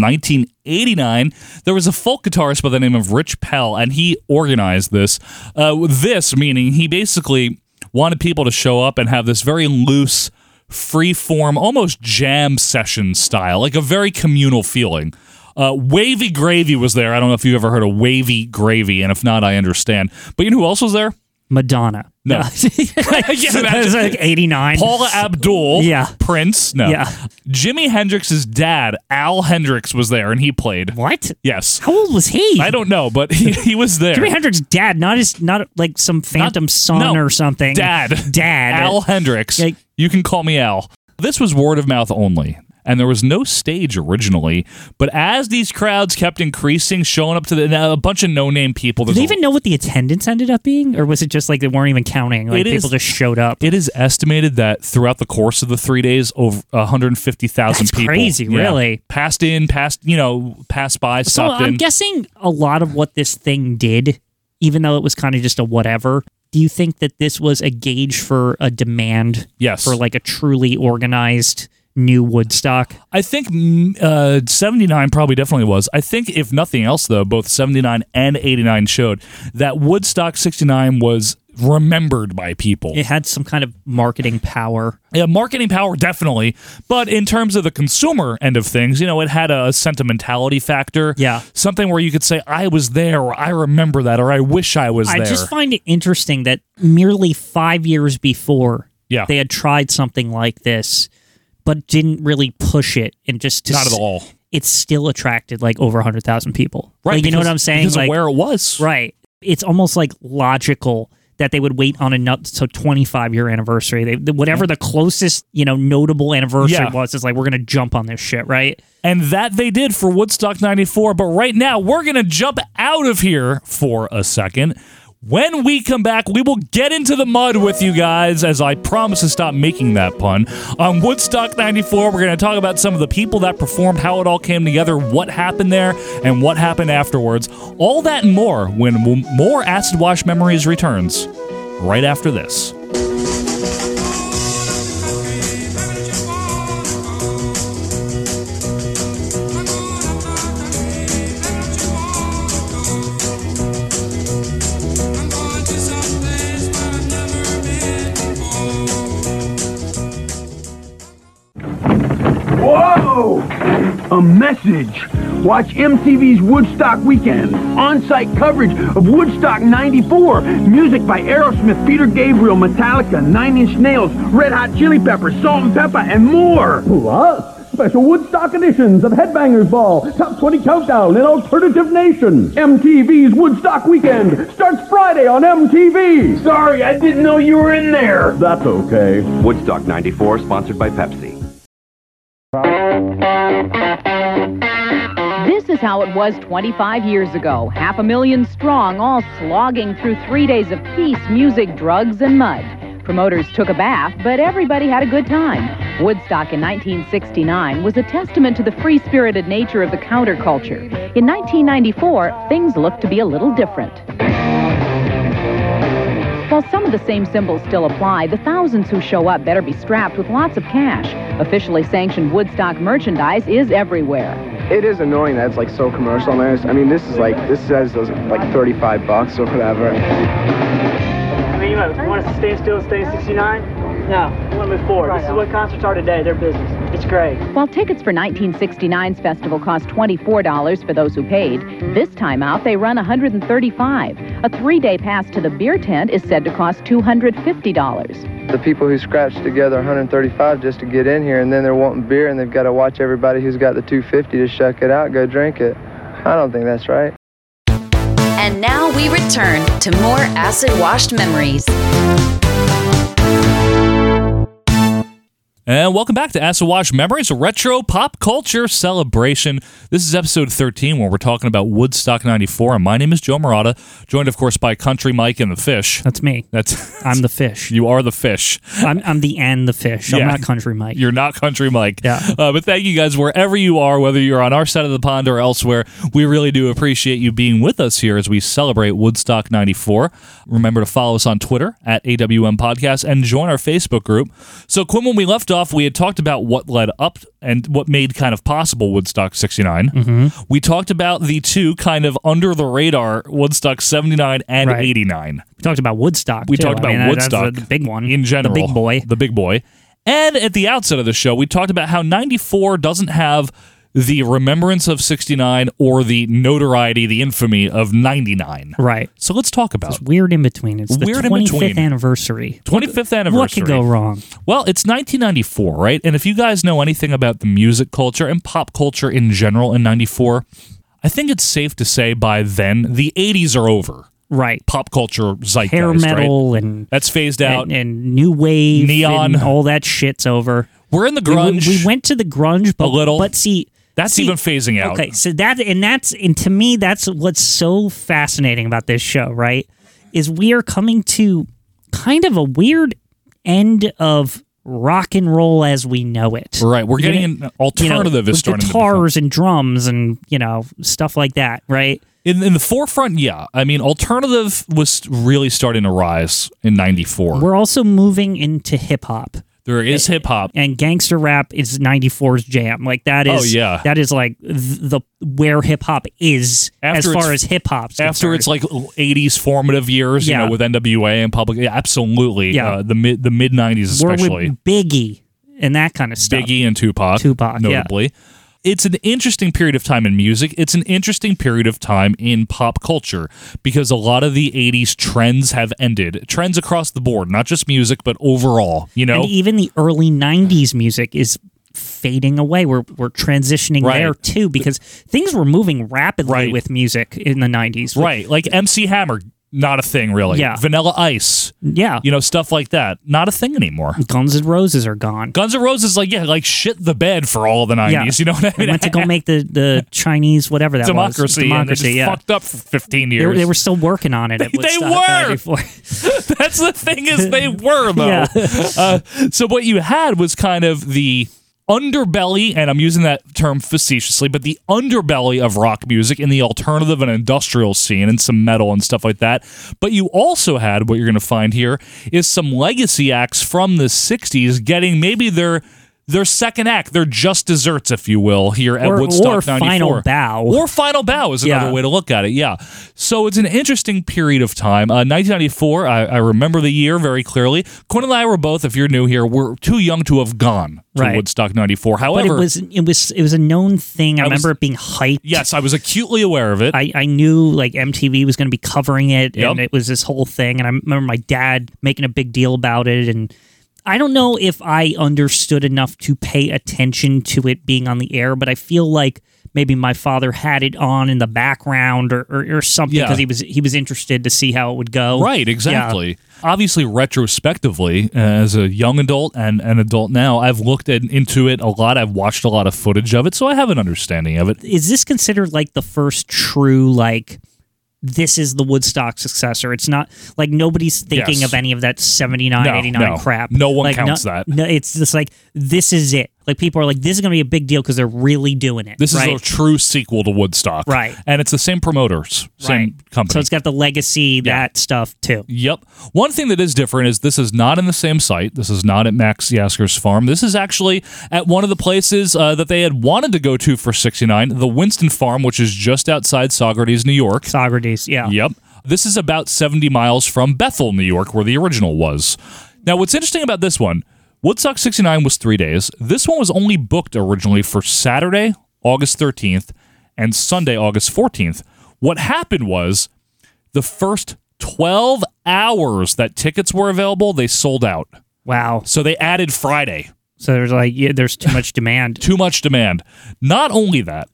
B: 1989, there was a folk guitarist by the name of Rich Pell, and he organized this. Uh, this meaning he basically wanted people to show up and have this very loose, free form, almost jam session style, like a very communal feeling. Uh, Wavy Gravy was there. I don't know if you've ever heard of Wavy Gravy, and if not, I understand. But you know who else was there?
C: Madonna. *laughs*
B: No. *laughs*
C: Uh, that was like 89.
B: Paula Abdul,
C: Yeah.
B: Prince, no.
C: Yeah.
B: Jimi Hendrix's dad, Al Hendrix, was there and he played.
C: What?
B: Yes.
C: How old was he?
B: I don't know, but
C: *laughs*
B: he, he was there.
C: Jimi Hendrix's dad, not his, not like some phantom son
B: no,
C: or something.
B: Dad.
C: Dad.
B: Al Hendrix.
C: Like-
B: you can call me Al. This was word of mouth only. And there was no stage originally, but as these crowds kept increasing, showing up to the now, a bunch of no-name people.
C: Do
B: there's
C: they
B: a-
C: even know what the attendance ended up being? Or was it just like they weren't even counting? Like
B: It is-
C: people just showed up.
B: It is estimated that throughout the course of the three days, over 150,000
C: That's
B: people.
C: crazy, really.
B: Passed in, passed, you know, passed by,
C: So
B: stopped
C: I'm
B: in.
C: guessing a lot of what this thing did, even though it was kind of just a whatever, do you think that this was a gauge for a demand
B: Yes.
C: for like a truly organized new Woodstock?
B: I think mm, uh, 79 probably definitely was. I think, if nothing else, though, both 79 and 89 showed that Woodstock 69 was remembered by people.
C: It had some kind of marketing power.
B: Yeah, marketing power definitely, but in terms of the consumer end of things, you know, it had a sentimentality factor.
C: Yeah.
B: something where you could say, "I was there," or "I remember that," or "I wish I was
C: I
B: there."
C: just find it interesting that merely five years before
B: Yeah.
C: they had tried something like this, but didn't really push it and just to
B: Not at
C: s-
B: all.
C: It still attracted like over hundred thousand people. Like, you know
B: because-
C: what I'm saying?
B: Because of
C: Like-
B: where it was.
C: Right. It's almost like logical that they would wait on another so 25 year anniversary. They the- whatever the closest, you know, notable anniversary
B: Mm-hmm. Yeah.
C: was is like we're going to jump on this shit, right?
B: And that they did for Woodstock 94. But right now, we're going to jump out of here for a second. When we come back, we will get into the mud with you guys, as I promise to stop making that pun. On Woodstock 94, we're going to talk about some of the people that performed, how it all came together, what happened there, and what happened afterwards. All that and more when w- more Acid Wash Memories returns right after this.
L: Whoa! A message. Watch MTV's Woodstock Weekend. On-site coverage of Woodstock 94. Music by Aerosmith, Peter Gabriel, Metallica, Nine Inch Nails, Red Hot Chili Peppers, Salt and Pepper, and more.
M: Plus, special Woodstock editions of Headbangers Ball, Top 20 Countdown, and Alternative Nation. MTV's Woodstock Weekend starts Friday on MTV.
L: Sorry, I didn't know you were in there.
M: That's okay.
N: Woodstock 94, sponsored by Pepsi.
O: This is how it was 25 years ago. Half a million strong, all slogging through three days of peace, music, drugs, and mud. Promoters took a bath, but everybody had a good time. Woodstock in 1969 was a testament to the free spirited nature of the counterculture. In 1994, things looked to be a little different. While some of the same symbols still apply, the thousands who show up better be strapped with lots of cash. Officially sanctioned Woodstock merchandise is everywhere.
P: It is annoying that it's like so commercialized. I mean, this is like this says those like 35 bucks or whatever.
Q: I mean, you want to stay still and stay in 69? No, we want to move forward. This is what concerts are today. They're business. It's great.
O: While tickets for 1969's festival cost $24 for those who paid, this time out they run $135. A three-day pass to the beer tent is said to cost $250.
P: The people who scratched together 135 just to get in here, and then they're wanting beer, and they've got to watch everybody who's got the 250 to shuck it out, go drink it. I don't think that's right.
A: And now we return to more acid washed memories.
B: And welcome back to Acid Wash Memories, a retro pop culture celebration. This is episode 13 where we're talking about Woodstock 94. And my name is Joe Morata, joined, of course, by Country Mike and the Fish.
C: That's me.
B: That's *laughs*
C: I'm the fish.
B: You are the fish.
C: I'm, I'm the and the fish.
B: Yeah.
C: I'm not Country Mike.
B: You're not Country Mike. Yeah. Uh, but thank you guys wherever you are, whether you're on our side of the pond or elsewhere. We really do appreciate you being with us here as we celebrate Woodstock 94. Remember to follow us on Twitter at AWM Podcast and join our Facebook group. So, Quinn, when we left off, we had talked about what led up and what made kind of possible Woodstock 69.
C: Mm-hmm.
H: Mhm.
B: We talked about the two kind of under the radar Woodstock 79 and
C: Right.
B: 89.
C: We talked about Woodstock.
B: We
C: too.
B: talked
C: I
B: about
C: mean, that- that's
B: Woodstock,
C: the- the big one
B: in general,
C: The big boy.
B: the big boy. And at the outset of the show, we talked about how '94 doesn't have the remembrance of 69 or the notoriety, the infamy of 99.
C: Right.
B: So let's talk about
C: It's weird in between. It's the
B: Weird in
C: 25th
B: between.
C: anniversary.
B: 25th anniversary.
C: What could go wrong?
B: Well, it's 1994, right? And if you guys know anything about the music culture and pop culture in general in 94, I think it's safe to say by then the 80s are over.
C: Right.
B: Pop culture zeitgeist,
C: Hair metal
B: right?
C: and,
B: That's phased out.
C: and and new wave,
B: Neon.
C: and all that shit's over.
B: We're in the
C: We-
B: grunge.
C: We, went to the grunge, but
B: A little.
C: But see,
B: That's
C: see-
B: even phasing out.
C: Okay, so that and that's and to me, that's what's so fascinating about this show, right? Is we are coming to kind of a weird end of rock and roll as we know it.
B: Right. We're
C: You
B: getting
C: know-
B: an alternative
C: you know,
B: is
C: with
B: starting to
C: guitars and drums and you know stuff like that, right?
B: In, in the forefront, yeah. I mean, alternative was really starting to rise in 94.
C: We're also moving into hip hop.
B: There is hip hop.
C: and gangster rap is 94's jam. Like that
B: Oh,
C: is
B: yeah.
C: that is like th- the where hip hop is
B: After
C: as
B: it's-
C: far as hip hop.
B: After it's like 80s formative years, you
C: Yeah.
B: know, with NWA and public, yeah, absolutely.
C: Yeah.
B: Uh, the mid the mid 90s
C: we're with
B: especially.
C: Biggie and that kind of stuff.
B: Biggie and Tupac,
C: Tupac, yeah.
B: notably. It's an interesting period of time in music. It's an interesting period of time in pop culture because a lot of the 80s trends have ended. Trends across the board, not just music, but overall, you know?
C: And e- even the early '90s music is fading away. We're we're transitioning
B: Right.
C: there too because things were moving rapidly
B: Right.
C: with music in the '90s.
B: right. Like MC Hammer, not a thing really.
C: Yeah.
B: Vanilla Ice,
C: Yeah.
B: you know, stuff like that. Not a thing anymore.
C: Guns N' Roses are gone.
B: Guns N' Roses, like, yeah, like shit the bed for all the 90s. You know what I
C: They
B: mean?
C: went to go make the,
B: *laughs*
C: the Chinese whatever that
B: democracy.
C: was
B: and they
C: democracy.
B: just
C: yeah,
B: fucked up for 15
C: They,
B: years.
C: were- they were still working on it. At
B: They
C: Woodstock
B: were! *laughs*
C: 94.
B: That's the thing is they were though.
C: Yeah.
B: Uh, so what you had was kind of the underbelly, and I'm using that term facetiously, but the underbelly of rock music in the alternative and industrial scene and some metal and stuff like that. But you also had what you're going to find here is some legacy acts from the '60s getting maybe their their second act, their just desserts, if you will, here at
C: Or-
B: Woodstock
C: or
B: 94.
C: final bow.
B: Or final bow is another
C: Yeah.
B: way to look at it. Yeah. So it's an interesting period of time. Uh, 1994, I, I remember the year very clearly. Quinn and I were both, if you're new here, we're too young to have gone to
C: Right.
B: Woodstock 94.
C: But
B: However,
C: it was it was it was a known thing.
B: I
C: I,
B: was-
C: remember it being hyped.
B: yes, I was acutely aware of it.
C: I, I knew like MTV was going to be covering it,
B: Yep.
C: and it was this whole thing. And I remember my dad making a big deal about it. And I don't know if I understood enough to pay attention to it being on the air, but I feel like maybe my father had it on in the background or, or, or something
B: Yeah.
C: because he was he was interested to see how it would go.
B: Right,
C: Yeah.
B: exactly. Obviously, retrospectively, uh, as a young adult and an adult now, I've looked in, into it a lot. I've watched a lot of footage of it, so I have an understanding of it.
C: is this considered like the first true like this is the Woodstock successor? It's not like nobody's thinking
B: Yes.
C: of any of that 79,
B: No,
C: 89
B: no.
C: crap.
B: No one
C: Like,
B: counts that.
C: No, it's just like this is it. Like people are like, this is gonna be a big deal because they're really doing it.
B: This
C: right?
B: is a true sequel to Woodstock.
C: Right.
B: And it's the same promoters, same
C: Right.
B: company.
C: So it's got the legacy, that stuff too.
B: Yep. One thing that is different is this is not in the same site. This is not at Max Yasker's farm. This is actually at one of the places uh, that they had wanted to go to for 69, the Winston Farm, which is just outside Socrates, New York.
C: Socrates, yeah.
B: Yep. This is about 70 miles from Bethel, New York, where the original was. Now, what's interesting about this one, Woodstock 69 was three days. This one was only booked originally for Saturday, August 13th, and Sunday, August 14th. What happened was the first 12 hours that tickets were available, they sold out.
C: Wow.
B: So they added Friday.
C: So there's like yeah, there's too
B: *laughs*
C: much demand.
B: Too much demand. Not only that,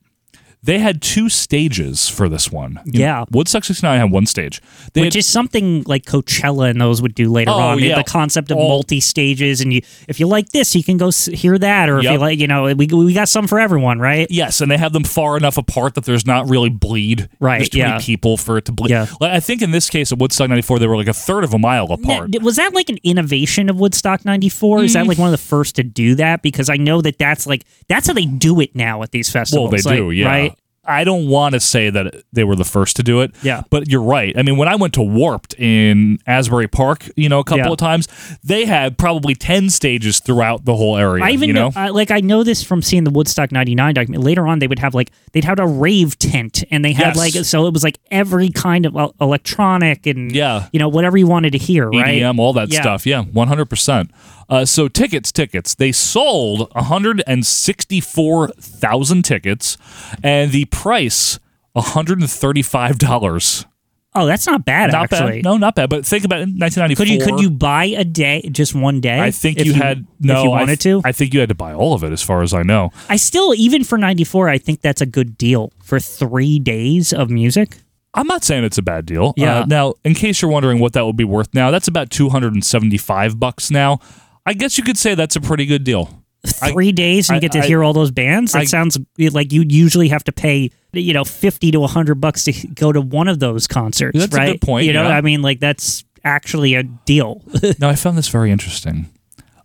B: they had two stages for this one. You know,
C: Yeah.
B: Woodstock 69 had one stage. They
C: Which
B: had-
C: is something like Coachella and those would do later
B: Oh,
C: on. They-
B: yeah.
C: The concept of
B: All-
C: multi stages, and you, if you like this, you can go s- hear that, or if you
B: Yep.
C: like, you know, we, we got some for everyone, right?
B: Yes, and they have them far enough apart that there's not really bleed.
C: Right,
B: There's too
C: yeah.
B: many people for it to bleed.
C: Yeah.
B: Like, I think in this case at Woodstock 94, they were like a third of a mile apart.
C: Now, was that like an innovation of Woodstock '94? Is
B: Mm.
C: that like one of the first to do that? Because I know that that's like that's how they do it now at these
B: well,
C: festivals.
B: they
C: like,
B: do, yeah.
C: Right?
B: I don't want to say that they were the first to do it.
C: Yeah.
B: But you're right. I mean, when I went to Warped in Asbury Park, you know, a couple
C: Yeah.
B: of times, they had probably 10 stages throughout the whole area.
C: I even
B: you know?
C: uh, like I know this from seeing the Woodstock '99 document. Later on, they would have like they'd have a rave tent, and they had
B: Yes.
C: like so it was like every kind of uh, electronic and
B: Yeah. E
C: you know whatever you wanted to hear, right?
B: EDM, all that
C: Yeah.
B: stuff. Yeah, 100%. Uh, so tickets, tickets. They sold 164,000 tickets, and the price $135.
C: Oh, that's not bad.
B: Not
C: actually,
B: bad. No, not bad. But think about it. 1994.
C: Could you could you buy a day, just one day?
B: I think
C: if
B: you, had no.
C: if you
B: I
C: wanted
B: th-
C: to.
B: I think you had to buy all of it, as far as I know.
C: I still, even for '94, I think that's a good deal for three days of music.
B: I'm not saying it's a bad deal.
C: Yeah.
B: Uh, now, in case you're wondering what that would be worth now, that's about 275 bucks now. I guess you could say that's a pretty good deal.
C: Three days, and you
B: I-
C: get to
B: I-
C: hear all those bands. That
B: I-
C: sounds like you'd usually have to pay, you know, fifty to hundred bucks to go to one of those concerts.
B: That's a
C: right?
B: good point,
C: You know,
B: yeah.
C: I mean, like that's actually a deal.
B: now, I found this very interesting.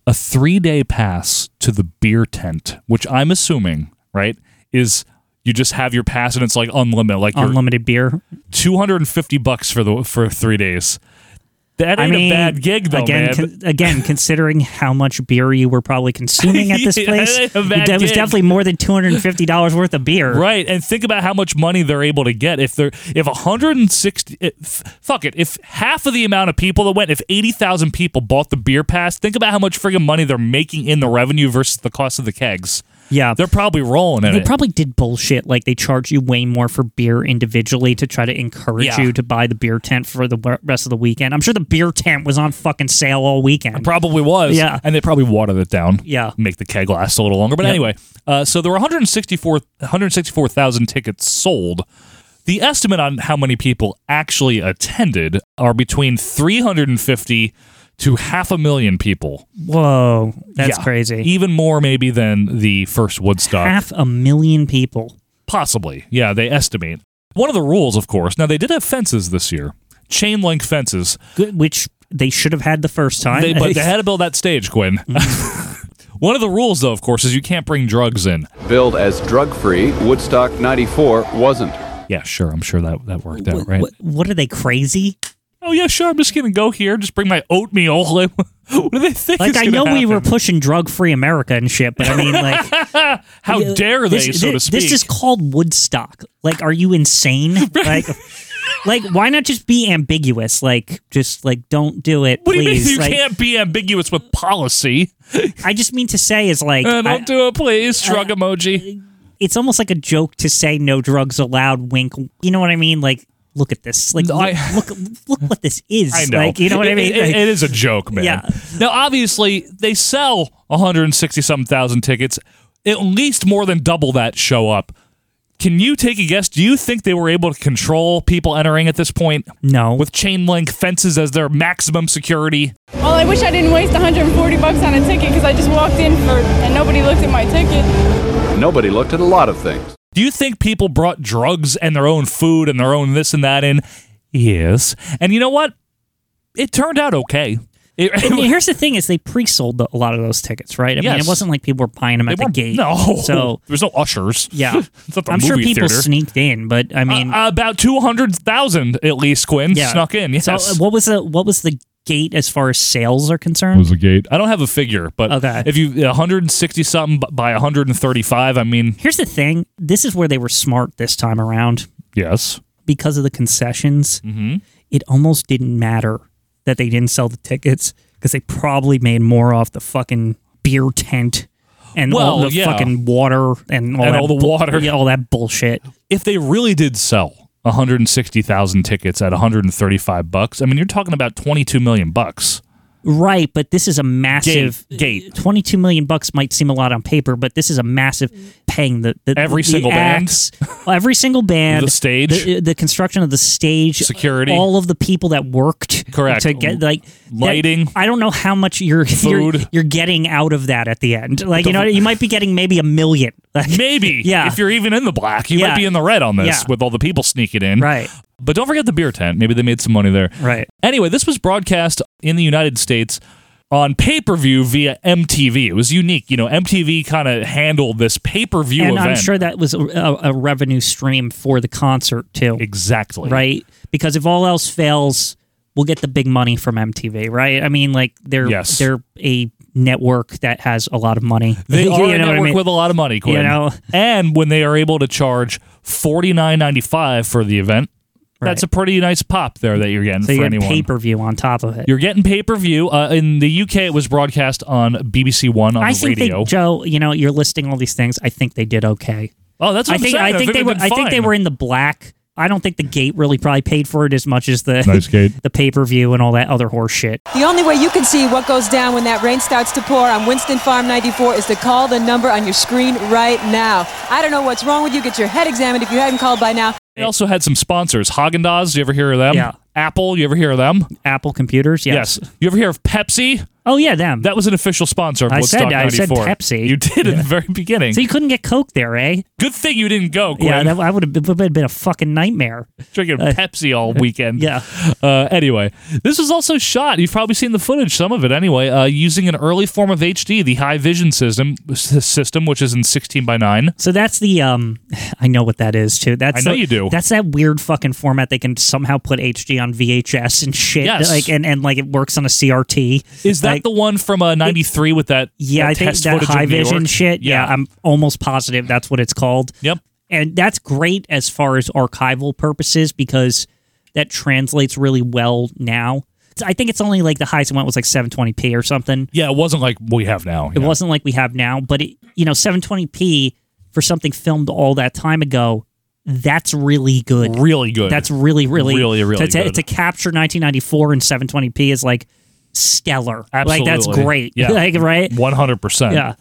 B: A three day pass to the beer tent, which I'm assuming, right, is you just have your pass and it's like unlimited, like your
C: Unlimited beer.
B: 250 bucks for the for three days. That ain't
C: I mean,
B: a bad gig, though,
C: again,
B: man.
C: con- again, considering how much beer you were probably consuming at this
B: *laughs* Yeah,
C: place,
B: that ain't a bad
C: that was
B: gig.
C: definitely more than two hundred and fifty dollars worth of beer.
B: Right, and think about how much money they're able to get if they're if 160 if, eh, fuck it if half of the amount of people that went if 80,000 people bought the beer pass think about how much friggin' money they're making in the revenue versus the cost of the kegs.
C: Yeah,
B: They're probably rolling in
C: they
B: it.
C: probably did bullshit. Like they charge you way more for beer individually to try to encourage
B: Yeah.
C: you to buy the beer tent for the w- rest of the weekend. I'm sure the beer tent was on fucking sale all weekend.
B: probably was.
C: Yeah.
B: and they probably watered it down.
C: Yeah.
B: make the keg last a little longer. But
C: Yep.
B: anyway, uh, so there were 164 164,000 tickets sold. The estimate on how many people actually attended are between 350 to half a million people.
C: Whoa, that's
B: Yeah.
C: crazy.
B: Even more maybe than the first Woodstock.
C: Half a million people.
B: Possibly. Yeah, they estimate. One of the rules, of course. Now they did have fences this year. Chain link fences.
C: Good, which they should have had the first time. Mm-hmm.
B: They,
C: *laughs*
B: but they had to build that stage, Quinn. One of the rules, though, of course, is you can't bring drugs in.
N: Billed as drug free, Woodstock 94 wasn't.
B: Yeah, sure. I'm sure that, that worked out, right?
C: What, what are they crazy?
B: Oh, yeah, sure. I'm just going to go here. Just bring my oatmeal. *laughs* Like, what do they think?
C: *laughs* Like
B: is
C: I
B: gonna
C: know we
B: happen?
C: were pushing drug free America and shit, but
B: *laughs*
C: I mean like
B: How
C: Yeah,
B: dare they,
C: this-
B: so
C: thi-
B: to speak?
C: This is called Woodstock. Like, are
B: *laughs*
C: you insane? like, like, why not just be ambiguous? Like, just like, don't do it,
B: what do you mean
C: please.
B: you
C: like,
B: can't be ambiguous with policy?
C: I just mean to say is like,
B: Uh, don't
C: I-
B: do it, please. Shrug emoji.
C: it's almost like a joke to say no drugs allowed. Wink. You know what I mean? Like, look at this. Like,
B: I- *laughs*
C: look, look, look what this is.
B: I know.
C: Like, you know what I
B: It-
C: mean?
B: it-
C: Like,
B: it is a joke, man.
C: Yeah.
B: Now, obviously, they sell 160 some thousand tickets. At least more than double that show up. Can you take a guess? Do you think they were able to control people entering at this point
C: no.
B: with chain link fences as their maximum security?
R: Well, I wish I didn't waste 140 bucks on a ticket because I just walked in for and nobody looked at my ticket.
N: Nobody looked at a lot of things.
B: Do you think people brought drugs and their own food and their own this and that in? Yes. And you know what? It turned out okay. It, *laughs*
C: And here's the thing: is they pre-sold the, a lot of those tickets, right? I mean,
B: Yes.
C: it wasn't like people were buying them
B: they
C: at the
B: weren't-
C: gate.
B: No.
C: so
B: there's no ushers.
C: *laughs* yeah,
B: *laughs* It's not the
C: I'm sure
B: movie
C: people
B: theater.
C: sneaked in, but I mean,
B: Uh, about 200,000 at least, Quinn,
C: Yeah.
B: snuck in. Yes.
C: So, uh, what was the what was the gate as far as sales are concerned?
B: the gate? I don't have a figure, but
C: Okay.
B: if you 160 something b- by 135, I mean,
C: Here's the thing: this is where they were smart this time around
B: yes.
C: because of the concessions.
B: Mm-hmm.
C: It almost didn't matter that they didn't sell the tickets because they probably made more off the fucking beer tent and all
B: Well,
C: the
B: yeah.
C: fucking water and all,
B: And
C: that
B: all the
C: bu-
B: water.
C: yeah, all that bullshit.
B: if they really did sell 160,000 tickets at 135 bucks, I mean, you're talking about 22 million bucks.
C: Right, but this is a massive
B: gate.
C: Twenty-two million bucks might seem a lot on paper, but this is a massive paying the, the
B: Every
C: the
B: single band?
C: acts, every single band,
B: The stage?
C: the, the construction of the stage,
B: Security?
C: all of the people that worked,
B: Correct.
C: to get like that-
B: Lighting?
C: I don't know how much you're *laughs* you're,
B: Food?
C: you're getting out of that at the end. Like
B: The
C: you know,
B: f-
C: you might be getting maybe a million. *laughs* Like,
B: Maybe.
C: Yeah.
B: If you're even in the black, you might
C: Yeah.
B: be in the red on this
C: Yeah.
B: with all the people sneaking in.
C: Right.
B: But don't forget the beer tent. Maybe they made some money there.
C: Right.
B: Anyway, this was broadcast in the United States on pay per view via MTV. It was unique. You know, MTV kind of handled this pay per view
C: and
B: event.
C: I'm sure that was a, a, a revenue stream for the concert too.
B: exactly.
C: right? Because if all else fails, we'll get the big money from MTV, right? I mean, like they're
B: Yes.
C: they're a network that has a lot of money.
B: They
C: *laughs* You
B: are
C: know
B: a
C: what I
B: network
C: mean?
B: with a lot of money, Quinn.
C: know?
B: and when they are able to charge forty nine ninety five for the event, That's a pretty nice pop there that you're getting
C: So
B: for
C: you get
B: anyone.
C: pay per view on top of it.
B: you're getting pay per view. Uh, in the UK, it was broadcast on BBC One on
C: I
B: the
C: think
B: radio.
C: they, Joe, you know, you're listing all these things. I think they did okay.
B: oh, that's what
C: I
B: I'm
C: think
B: saying.
C: I think they
B: they've
C: were
B: been
C: I think they
B: fine.
C: were in the black. I don't think the gate really probably paid for it as much as the
B: Nice gate.
C: the pay per view and all that other horse shit.
S: The only way you can see what goes down when that rain starts to pour on Winston Farm 94 is to call the number on your screen right now. I don't know what's wrong with you. Get your head examined if you haven't called by now.
B: They also had some sponsors. Haagen Dazs. You ever hear of them?
C: Yeah.
B: Apple. You ever hear of them?
C: Apple computers, yes.
B: You ever hear of Pepsi?
C: Oh yeah, them.
B: That was an official sponsor of
C: I
B: Woodstock
C: said I said
B: 94.
C: Pepsi.
B: You did *laughs* in the very beginning.
C: So you couldn't get Coke there, eh?
B: Good thing you didn't go, Gwen.
C: Yeah, that, I would have been, been a fucking nightmare.
B: *laughs* drinking
C: Uh,
B: Pepsi
C: *laughs*
B: all weekend.
C: yeah.
B: Uh, anyway, this was also shot. You've probably seen the footage, some of it anyway, uh, using an early form of HD, the high vision system, s- system which is in 16 by 9.
C: So that's the um, I know what that is too. That's
B: I know
C: the-
B: you do.
C: That's that weird fucking format they can somehow put HD on VHS and shit.
B: Yes.
C: Like and, and like it works on a CRT.
B: Is that
C: Like,
B: the one from uh, 93 with that?
C: yeah?
B: that
C: I think
B: test
C: that
B: footage in
C: high
B: New
C: vision
B: York?
C: shit. Yeah. I'm almost positive that's what it's called.
B: Yep.
C: And that's great as far as archival purposes because that translates really well now. So I think it's only like the highest it went was like 720p or something.
B: Yeah, it wasn't like what we have now.
C: It
B: yeah.
C: wasn't like we have now, but it, you know, 720p for something filmed all that time ago, that's really good.
B: really good.
C: That's really, really,
B: Really, really
C: to, to,
B: good.
C: to capture 1994 in 720p is like stellar.
B: Absolutely.
C: Like that's great.
B: Yeah.
C: *laughs* like right.
B: 100%.
C: Yeah.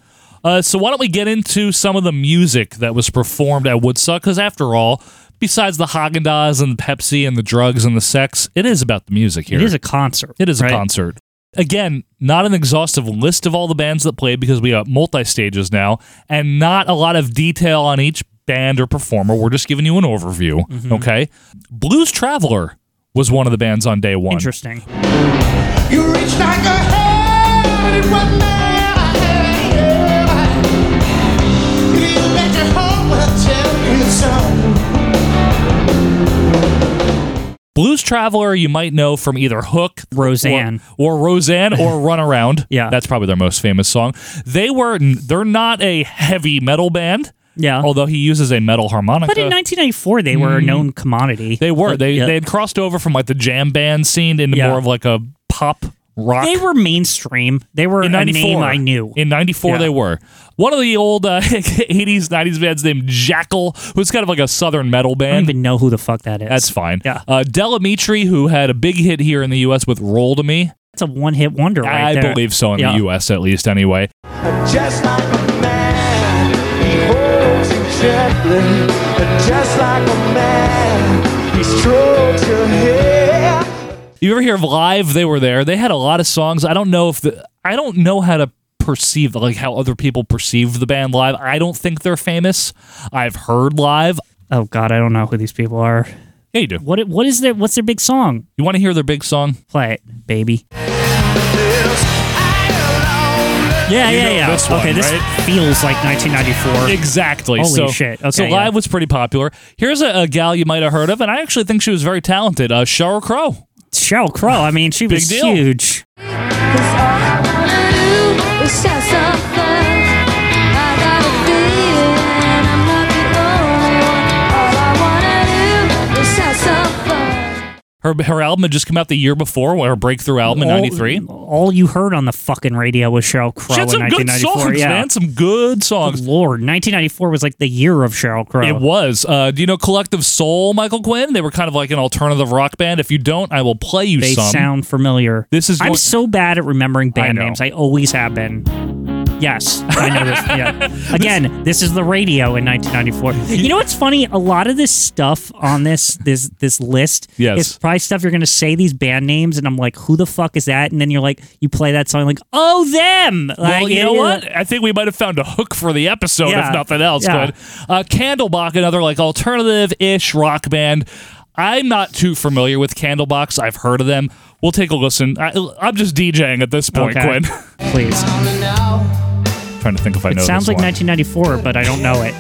B: Uh, so why don't we get into some of the music that was performed at Woodstock? Because after all, besides the Haagen Dazs and the Pepsi and the drugs and the sex, it is about the music here.
C: It is a concert.
B: It is a
C: right?
B: concert. Again, not an exhaustive list of all the bands that played because we have multi stages now, and not a lot of detail on each band or performer. We're just giving you an overview.
C: Mm-hmm.
B: Okay, Blues Traveler was one of the bands on day one.
C: Interesting.
H: You reached like a hand, it wasn't there. I had it. You let your heart will tell you so.
B: Blues Traveler, you might know from either Hook,
C: Roseanne.
B: or, or Roseanne, or
C: *laughs*
B: Runaround.
C: Yeah.
B: that's probably their most famous song. They were they're not a heavy metal band.
C: Yeah.
B: although he uses a metal harmonica.
C: Uh-huh. But in 1994, they were a known commodity.
B: Mm-hmm. They were.
C: Like,
B: They
C: yeah.
B: they had crossed over from like the jam band scene into
C: Yeah.
B: more of like a pop rock.
C: They were mainstream. They were
B: in
C: a
B: 94,
C: name I knew.
B: In 94,
C: Yeah.
B: they were. One of the old uh, *laughs* 80s, 90s bands named Jackal, who's kind of like a southern metal
C: I don't
B: band.
C: even know who the fuck that is.
B: That's fine.
C: Yeah.
B: Uh, Delamitri, who had a big hit here in the U.S. with Roll to Me.
C: That's a one hit wonder, right?
B: I
C: there.
B: believe so in
C: Yeah.
B: the U.S. at least, anyway.
H: Just like a man, he holds you gently. Just like a man, he strokes your hair.
B: You ever hear of live? They were there. They had a lot of songs. I don't know if the I don't know how to perceive like how other people perceive the band live. I don't think they're famous. I've heard live.
C: Oh God, I don't know who these people are.
B: Yeah, you do.
C: What what is their what's their big song?
B: You want to hear their big song?
C: Play it, baby. Yeah,
B: You
C: yeah,
B: know
C: yeah.
B: this one,
C: okay, this
B: right?
C: feels like 1994.
B: Exactly.
C: Holy
B: so,
C: shit. Okay,
B: so live
C: yeah.
B: was pretty popular. Here's a, a gal you might have heard of, and I actually think she was very talented. Uh, Sheryl Crow.
C: Sheryl Crow. I mean, she
B: Big
C: was
B: deal.
C: huge.
B: Her her album had just come out the year before, her breakthrough album in
C: All-
B: '93.
C: All, you heard on the fucking radio was Sheryl Crow
B: She had
C: in
B: some good
C: 1994.
B: songs,
C: yeah.
B: man. Some good
C: Good
B: songs.
C: Lord, 1994 was like the year of Sheryl Crow.
B: It was. Uh, do you know Collective Soul, Michael Quinn? They were kind of like an alternative rock band. If you don't, I will play you
C: they
B: some.
C: sound familiar.
B: This is
C: I'm
B: going-
C: so bad at remembering band
B: know.
C: names. I always have been. Yes, I
B: *laughs*
C: know this. Yeah. Again, this is the radio in 1994. You know what's funny? A lot of this stuff on this this this list
B: Yes.
C: is probably stuff you're going to say these band names, and I'm like, who the fuck is that? And then you're like, you play that song, like, oh them. Like,
B: well, you
C: yeah,
B: know
C: yeah.
B: what? I think we might have found a hook for the episode,
C: Yeah.
B: if nothing else.
C: Yeah.
B: Good. Uh, Candlebox, another like alternative-ish rock band. I'm not too familiar with Candlebox. I've heard of them. We'll take a listen. I, I'm just DJing at this point,
C: Okay.
B: Quinn. *laughs*
C: Please.
B: Trying to think if I
C: It
B: know.
C: sounds
B: this
C: like
B: one.
C: 1994, but I don't know it.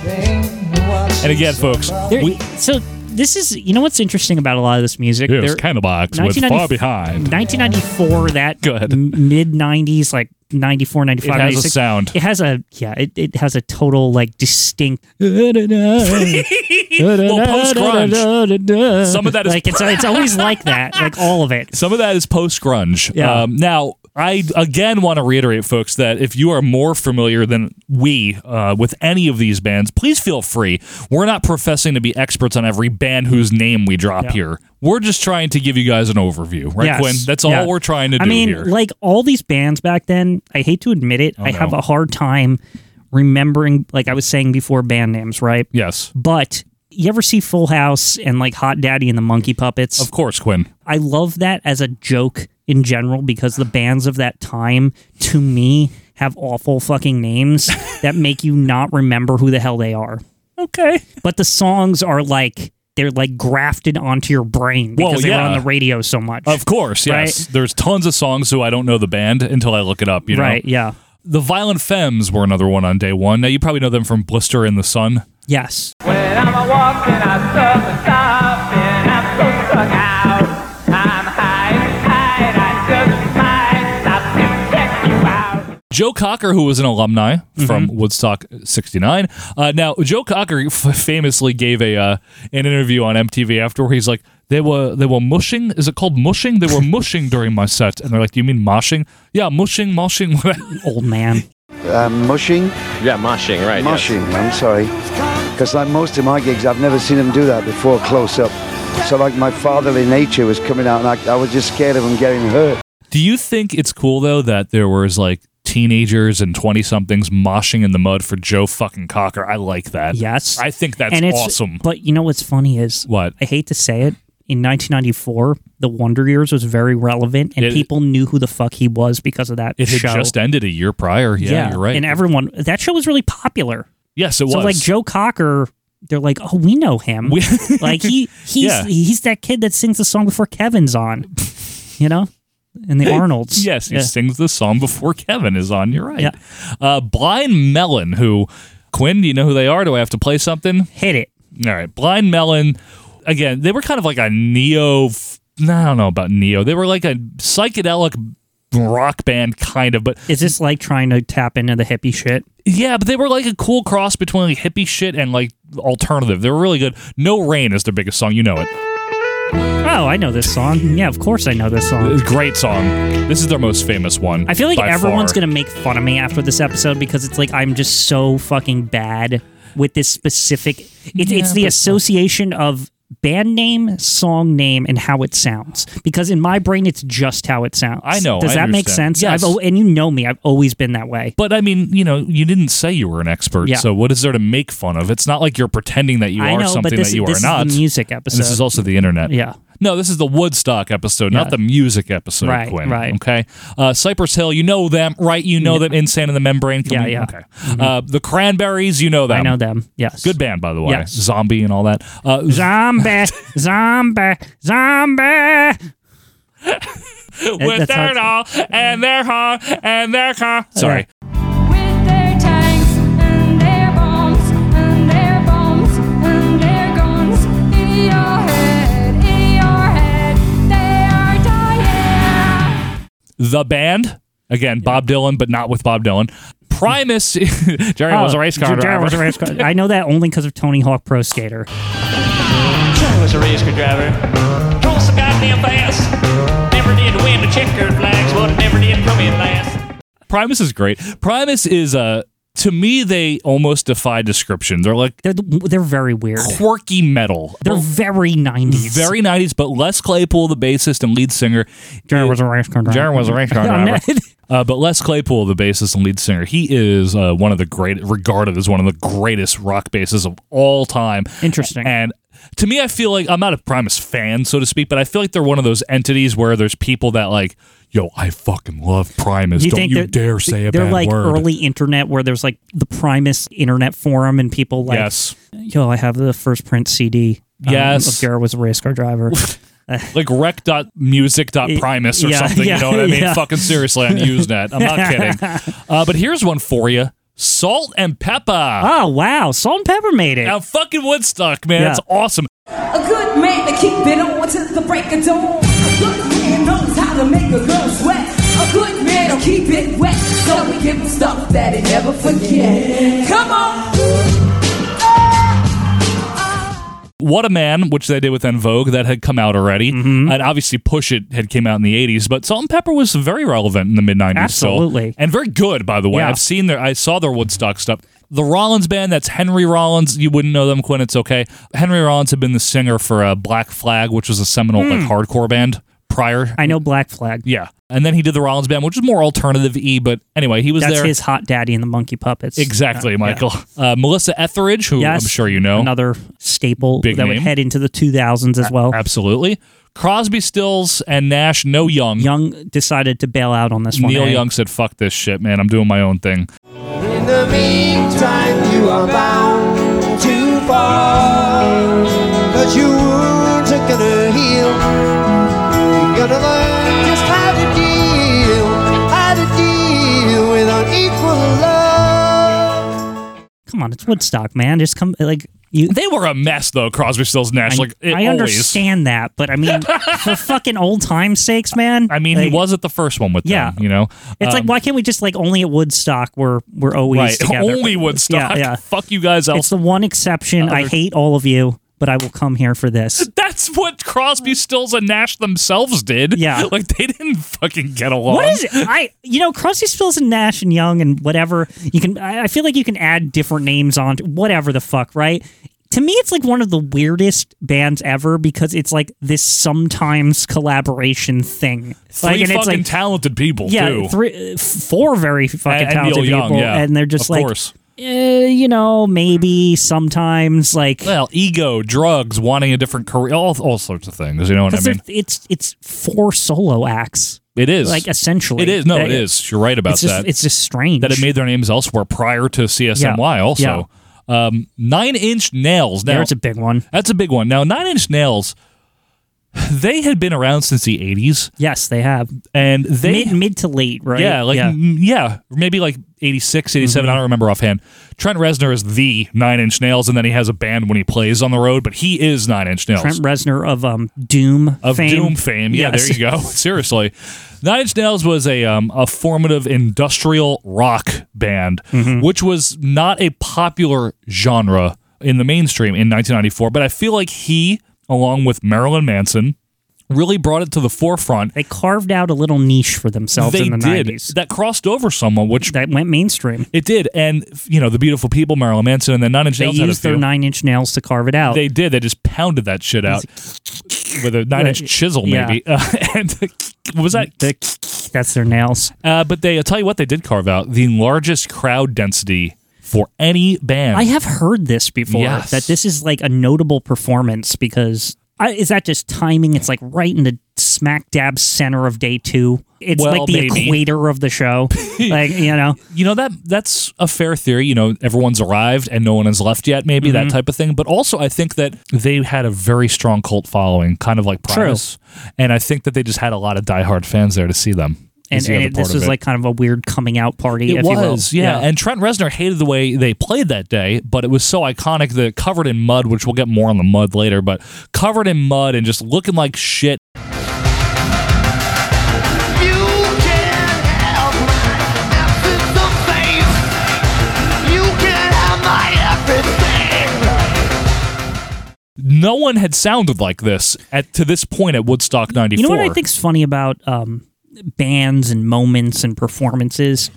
B: And again, folks,
C: There-
B: we,
C: so this is you know what's interesting about a lot of this music.
B: here's
C: There-
B: Candlebox with Far
C: 1990
B: Behind.
C: 1994, that
B: Go ahead.
C: mid 90s, like 94,
B: It
C: 95,
B: has a
C: 96.
B: sound.
C: It has a yeah. It, it has a total like distinct. *laughs*
B: well, post grunge. Some of that is
C: like it's it's always like that. Like all of it.
B: Some of that is post grunge.
C: Yeah.
B: Um, now, I again want to reiterate, folks, that if you are more familiar than we uh, with any of these bands, please feel free. We're not professing to be experts on every band whose name we drop
C: Yeah.
B: here. We're just trying to give you guys an overview, *laughs* right,
C: Yes.
B: Quinn? That's all
C: Yeah.
B: we're trying to do
C: I mean,
B: here. Oh,
C: like all these bands back then, I hate to admit it, I have a hard time remembering, like I was saying before, band names, right?
B: Yes.
C: But you ever see Full House and like Hot Daddy and the Monkey Puppets?
B: Of course, Quinn.
C: I love that as a joke in general because the bands of that time, to me, have awful
B: *laughs*
C: fucking names that make you not remember who the hell they are.
B: Okay.
C: But the songs are like, they're like grafted onto your brain
B: Well,
C: because they were
B: yeah.
C: on the radio so much.
B: Of course, yes. There's tons of songs, so I don't know the band until I look it up. You know?
C: Right, yeah.
B: The Violent Femmes were another one on day one. Now you probably know them from Blister in the Sun.
C: Yes.
H: When I'm a walking, I stop and stop, and I'm so stuck out. I'm high and tired, I just might stop to check you out.
B: Joe Cocker, who was an alumni from
C: Mm-hmm.
B: Woodstock '69. Uh, now, Joe Cocker f- famously gave a uh, an interview on MTV after where he's like, "They were they were mushing. Is it called mushing? They were mushing during my set." And they're like, "Do you mean moshing? Yeah, mushing, moshing." *laughs*
C: Old man.
T: Uh, mushing?
U: Yeah, moshing, right. yes.
T: mushing, I'm sorry. Because like most of my gigs, I've never seen them do that before close up. So like my fatherly nature was coming out and I, I was just scared of him getting hurt.
B: Do you think it's cool though that there was like teenagers and twenty somethings moshing in the mud for Joe fucking Cocker? I like that.
C: Yes.
B: I think *laughs* that's
C: and it's,
B: awesome.
C: But you know what's funny is
B: what
C: I hate to say it. In 1994, The Wonder Years was very relevant, and
B: It-
C: people knew who the fuck he was because of that
B: It had
C: show.
B: just ended a year prior. Yeah, you're right.
C: And everyone, that show was really popular.
B: yes, it
C: so
B: was.
C: like Joe Cocker, they're like, oh, we know him. *laughs*
B: *laughs*
C: like he he's
B: Yeah.
C: he's that kid that sings the song before Kevin's on, you know, and the Arnold's.
B: Yes, he
C: Yeah.
B: sings the song before Kevin is on. You're right.
C: Yeah.
B: Uh, Blind Melon, who, Quinn, do you know who they are? Do I have to play something?
C: Hit it.
B: All right. Blind Melon, again, they were kind of like a neo. f- no, I don't know about neo. They were like a psychedelic rock band, kind of, but
C: Is this like trying to tap into the hippie shit?
B: yeah, but they were like a cool cross between like hippie shit and like alternative. They were really good. No Rain is their biggest song. You know it.
C: Oh, I know this song. Yeah, of course I know this song.
B: Great song. This is their most famous one.
C: I feel like
B: by
C: everyone's
B: far.
C: gonna make fun of me after this episode because it's like I'm just so fucking bad with this specific. It's,
B: Yeah,
C: it's the
B: but-
C: association of band name, song name, and how it sounds. Because in my brain, it's just how it sounds.
B: I know,
C: Does
B: I
C: that make
B: understand.
C: sense?
B: Yes.
C: I've, al- and you know me. I've always been that way.
B: But I mean, you know, you didn't say you were an expert,
C: Yeah.
B: so what is there to make fun of? It's not like you're pretending that you
C: I
B: are
C: know, but
B: something
C: this-
B: that you are
C: this is
B: not.
C: the music
B: And
C: episode.
B: this is also the internet.
C: Yeah.
B: No, this is the Woodstock episode,
C: Yeah.
B: not the music episode.
C: Right,
B: Quinn,
C: right.
B: Okay. Uh, Cypress Hill, you know them, right? You know them. Insane in the Membrane. Can
C: Yeah,
B: we-
C: yeah. Mm-hmm.
B: Okay. Uh, the Cranberries, you know them.
C: I know them. Yes.
B: Good band, by the way.
C: Yes.
B: Zombie and all that. Uh,
C: Zombie, zombie, zombie.
B: *laughs* with
C: that's how
B: their doll and their car and their car. Sorry. The band, again, Bob Dylan, but not with Bob Dylan. Primus, *laughs* Jerry was a race car
C: Oh, Jerry
B: driver.
C: was a race car. I know that only because of Tony Hawk Pro Skater.
V: Joe was a race car driver. Drove so goddamn fast. Never did win the checkered flags, but it never did come in last.
B: *laughs* Primus is great. Primus is Uh, to me, they almost defy description. They're like
C: they're they're very weird,
B: quirky metal.
C: They're very 90s.
B: Oh. very '90s, but Les Claypool, the bassist and lead singer,
C: Jared was a race car driver.
B: Jared was a
C: *laughs*
B: race car
C: I'm
B: driver.
C: not-
B: Uh, but Les Claypool, the bassist and lead singer, he is uh, one of the great, regarded as one of the greatest rock bassists of all time.
C: Interesting.
B: And to me, I feel like I'm not a Primus fan, so to speak, but I feel like they're one of those entities where there's people that like, yo, I fucking love Primus. Don't you
C: they're-
B: dare say a
C: they're
B: bad
C: like
B: word.
C: early internet where there's like the Primus internet forum and people like,
B: Yes.
C: yo, I have the first print CD. um,
B: Yes.
C: of Jared was a race car
B: *laughs*
C: driver.
B: like rec.music.primus or
C: Yeah,
B: something.
C: yeah,
B: you know what I mean?
C: yeah.
B: Fucking seriously on Usenet. I'm
C: *laughs*
B: not kidding. Uh, but here's one for you Salt and Pepper.
C: Oh, wow. Salt and Pepper made it.
B: Now, fucking Woodstock, man.
C: Yeah.
B: That's awesome.
W: A good man to keep it on till the break of dawn. A good man knows how to make a girl sweat. A
D: A good man will keep it wet, so we give him stuff that he never forget. Come on.
B: What a Man, which they did with En Vogue, that had come out already,
C: Mm-hmm.
B: and obviously Push It had came out in the '80s, but Salt and Pepper was very relevant in the mid '90s,
C: Absolutely.
B: and very good by the way.
C: Yeah.
B: I've seen their, I saw their Woodstock stuff. The Rollins band, that's Henry Rollins. You wouldn't know them, Quinn. It's okay. Henry Rollins had been the singer for uh, Black Flag, which was a seminal
C: Hmm.
B: like hardcore band prior.
C: I know Black Flag.
B: Yeah, and then he did the Rollins band, which is more alternative e. But anyway, he was
C: That's
B: there.
C: his hot daddy and the monkey puppets.
B: Exactly,
C: Yeah.
B: Michael. Uh, Melissa Etheridge, who
C: Yes.
B: I'm sure you know,
C: another staple
B: Big
C: that
B: name.
C: would head into the 2000s as well.
B: Absolutely. Crosby, Stills, and Nash, no Young.
C: Young decided to bail out on this one.
B: Neil
C: eh?
B: Young said, "Fuck this shit, man. I'm doing my own thing."
H: In the meantime, you are bound to fall. Cause your wounds are gonna heal. You're gonna learn just how to deal, how to deal with unequal love.
C: Come on, it's Woodstock, man. Just come like you.
B: They were a mess, though. Crosby, Stills, Nash.
C: I,
B: like it
C: I
B: always-
C: understand that, but
B: *laughs*
C: I mean, for fucking old times' sakes, man.
B: I mean, he was at the first one with
C: Yeah.
B: them. You know,
C: It's
B: Um,
C: like, why can't we just like only at Woodstock? We're we're always
B: right,
C: together.
B: *laughs* only Woodstock.
C: Yeah,
B: *laughs*
C: yeah.
B: Fuck you guys
C: It's
B: else.
C: the one exception. I
B: Other-
C: hate all of you, but I will come here for this.
B: That's what Crosby, Stills, and Nash themselves did.
C: Yeah.
B: *laughs* like they didn't fucking get along.
C: What is it? I you know Crosby, Stills, and Nash and Young and whatever you can. I I feel like you can add different names on to whatever the fuck, right? To me, it's like one of the weirdest bands ever because it's like this sometimes collaboration thing.
B: Three
C: like, and
B: fucking
C: it's like
B: talented people.
C: yeah,
B: too.
C: three, four very fucking
B: And- and Neil
C: talented
B: Young,
C: people,
B: yeah.
C: and they're just
B: Of
C: like,
B: course.
C: eh, you know, maybe sometimes like
B: Well, ego, drugs, wanting a different career, all, all sorts of things. You know what I
C: 'cause they're-
B: mean?
C: it's it's four solo acts.
B: It is
C: like essentially
B: It is no,
C: That-
B: it is. You're right about
C: it's just,
B: that.
C: It's just strange
B: that it made their names elsewhere prior to CSMY.
C: Yeah,
B: Also, um, Nine Inch Nails. Now
C: There's a big one.
B: That's a big one. Now Nine Inch Nails, they had been around since the '80s,
C: Yes, they have.
B: and they
C: mid mid to late, right?
B: yeah, like
C: yeah. Mm-hmm.
B: mm, yeah, maybe like 86, 87, I don't remember offhand. Trent Reznor is the Nine Inch Nails, and then he has a band when he plays on the road, but he is Nine Inch Nails.
C: Trent Reznor of um Doom
B: of
C: fame.
B: Doom fame. Yeah,
C: Yes.
B: there you go. *laughs* Seriously, Nine Inch Nails was a um, a formative industrial rock band,
C: Mm-hmm.
B: which was not a popular genre in the mainstream in 1994. But I feel like he, along with Marilyn Manson, really brought it to the forefront.
C: *laughs* They carved out a little niche for themselves
B: They
C: in the
B: did
C: 90s.
B: that crossed over someone, which
C: That went mainstream.
B: it did, and you know the beautiful people, Marilyn Manson, and then Nine Inch
C: They
B: Nails had a
C: used their
B: few.
C: nine inch nails to carve it out.
B: They did. They just pounded that shit out with a nine inch chisel,
C: Yeah.
B: maybe. *laughs* Uh, and was that?
C: That's their nails.
B: Uh, but they, I'll tell you what, they did carve out the largest crowd density for any band.
C: I have heard this before
B: Yes.
C: that this is like a notable performance because I, is that just timing? It's like right in the smack dab center of day two. It's
B: Well,
C: like the
B: maybe.
C: equator of the
B: *laughs*
C: show. like you know,
B: you know that that's a fair theory. You know, everyone's arrived and no one has left yet, maybe that
C: Mm-hmm.
B: type of thing. But also, I think that they had a very strong cult following, kind of like
C: True.
B: Primus, and I think that they just had a lot of diehard fans there to see them.
C: and,
B: Is the
C: and
B: other
C: it-
B: part of
C: this was
B: it.
C: like kind of a weird coming out party.
B: It
C: if
B: was,
C: you will.
B: yeah. And Trent Reznor hated the way they played that day, but it was so iconic that covered in mud, which we'll get more on the mud later, but covered in mud and just looking like shit.
H: You can't have my absence of faith. You can't have my everything.
B: No one had sounded like this at to this point at Woodstock 94.
C: You know what I think's funny about um, bands and moments and performances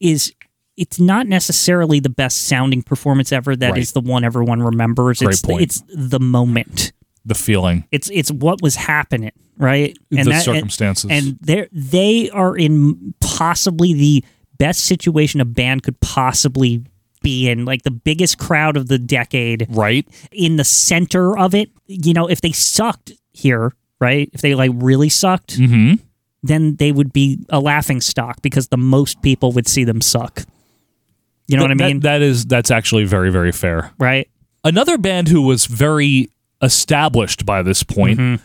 C: is it's not necessarily the best sounding performance ever. That is
B: Right.
C: the one everyone remembers.
B: Great
C: it's
B: point.
C: The, it's the moment.
B: The feeling.
C: It's it's what was happening, right?
B: The circumstances.
C: And they they are in possibly the best situation a band could possibly be in, like the biggest crowd of the decade,
B: right?
C: In the center of it, you know, if they sucked here, right? If they like really sucked,
B: Mm-hmm.
C: then they would be a laughing stock because the most people would see them suck. You know what I mean?
B: that is that's actually very, very fair.
C: right?
B: Another band who was very established by this point.
C: Mm-hmm.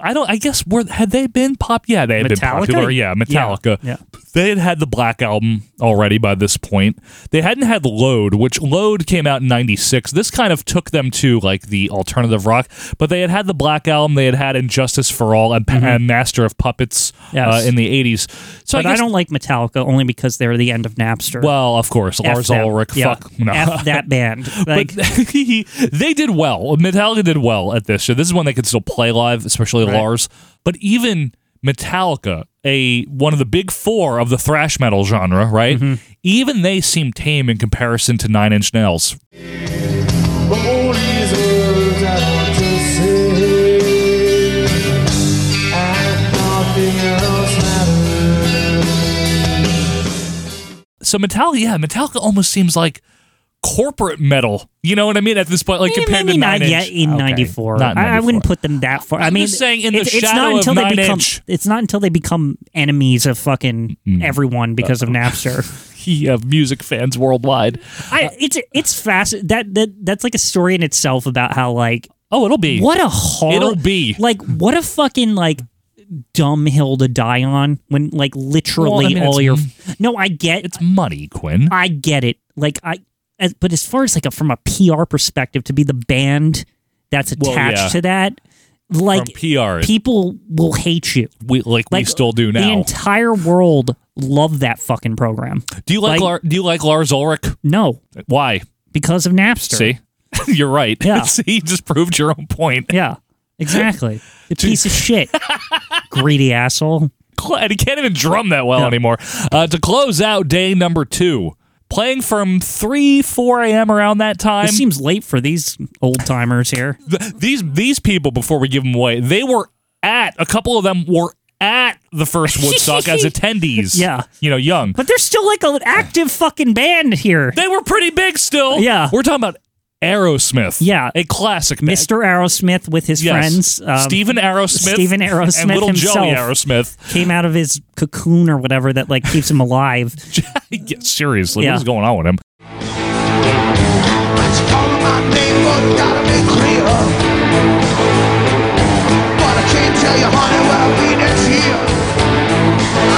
B: I don't I guess were had they been pop yeah, they had been
C: Metallica?
B: popular. Yeah, Metallica.
C: Yeah.
B: They had had the Black album already by this point. They hadn't had Load, which Load came out in 96. This kind of took them to like the alternative rock, but they had had the Black album, they had had Injustice for All and, and Master of Puppets
C: Mm-hmm. Yes.
B: uh, in the 80s. So
C: but
B: I,
C: I,
B: guess,
C: don't like Metallica only because they're the end of Napster.
B: Well, of course, Lars
C: them.
B: Ulrich.
C: Yeah.
B: Fuck no.
C: F that band. Like,
B: *laughs* but he, they did well. Metallica did well at this show. This is when they could still play live, especially
C: Right.
B: Lars. But even Metallica, a one of the big four of the thrash metal genre, right?
C: Mm-hmm.
B: Even they seem tame in comparison to Nine Inch Nails.
H: All these words I want to say, and nothing else matters.
B: So Metallica, yeah, Metallica almost seems like corporate metal. You know what I mean? At this point, like compared
C: Eh, maybe
B: to Nine
C: not
B: Inch.
C: yet in
B: Okay.
C: '94.
B: Not in
C: I, I
B: 94.
C: wouldn't put them that far. I
B: I'm
C: mean,
B: just saying in the
C: it's, it's
B: shadow
C: not
B: of
C: until
B: Nine
C: they become
B: Inch. Mm.
C: it's not until they become enemies of fucking everyone because of
B: *laughs*
C: Napster.
B: *laughs* yeah, music fans worldwide.
C: I, it's it's fast. That that that's like a story in itself about how like
B: oh it'll be
C: what a horror
B: It'll be.
C: like what a fucking like dumb hill to die on when like literally
B: Well, I mean,
C: all
B: it's
C: your
B: m-
C: no I get it's
B: money Quinn
C: I get it like I as, but as far as like a, from a PR perspective to be the band that's attached
B: Well, yeah.
C: to that like
B: PR.
C: people will hate you
B: We like, we still do
C: the
B: now.
C: entire world loved that fucking program
B: do you like, Lar-
C: like-
B: do you like Lars Ulrich?
C: No.
B: Why?
C: because of Napster
B: See, *laughs* you're right. *laughs*
C: Yeah.
B: See, you just proved your own point.
C: yeah
B: *laughs*
C: exactly the piece of shit greedy asshole
B: And *laughs* he can't even drum that well anymore. Uh, to close out day number two, playing from 3, 4 a.m. around that time.
C: This seems late for these old timers here.
B: Th- these these people before we give them away they were at a couple of them were at the first woodstock
C: *laughs*
B: as attendees
C: Yeah.
B: you know young
C: But they're still like an active fucking band here.
B: they were pretty big still
C: Yeah.
B: we're talking about aerosmith
C: Yeah.
B: a classic band.
C: Mr. Aerosmith with his
B: Yes.
C: friends. um,
B: Stephen Aerosmith,
C: Stephen Aerosmith
B: and little
C: himself
B: Joey Aerosmith.
C: Came out of his cocoon or whatever that like keeps him alive.
B: *laughs* Yeah, seriously,
C: Yeah.
B: what is going on with him?
H: It's calling my name, but gotta be clear. But I can't tell you, honey, what I mean is here.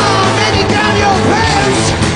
H: Oh, baby, down your pants.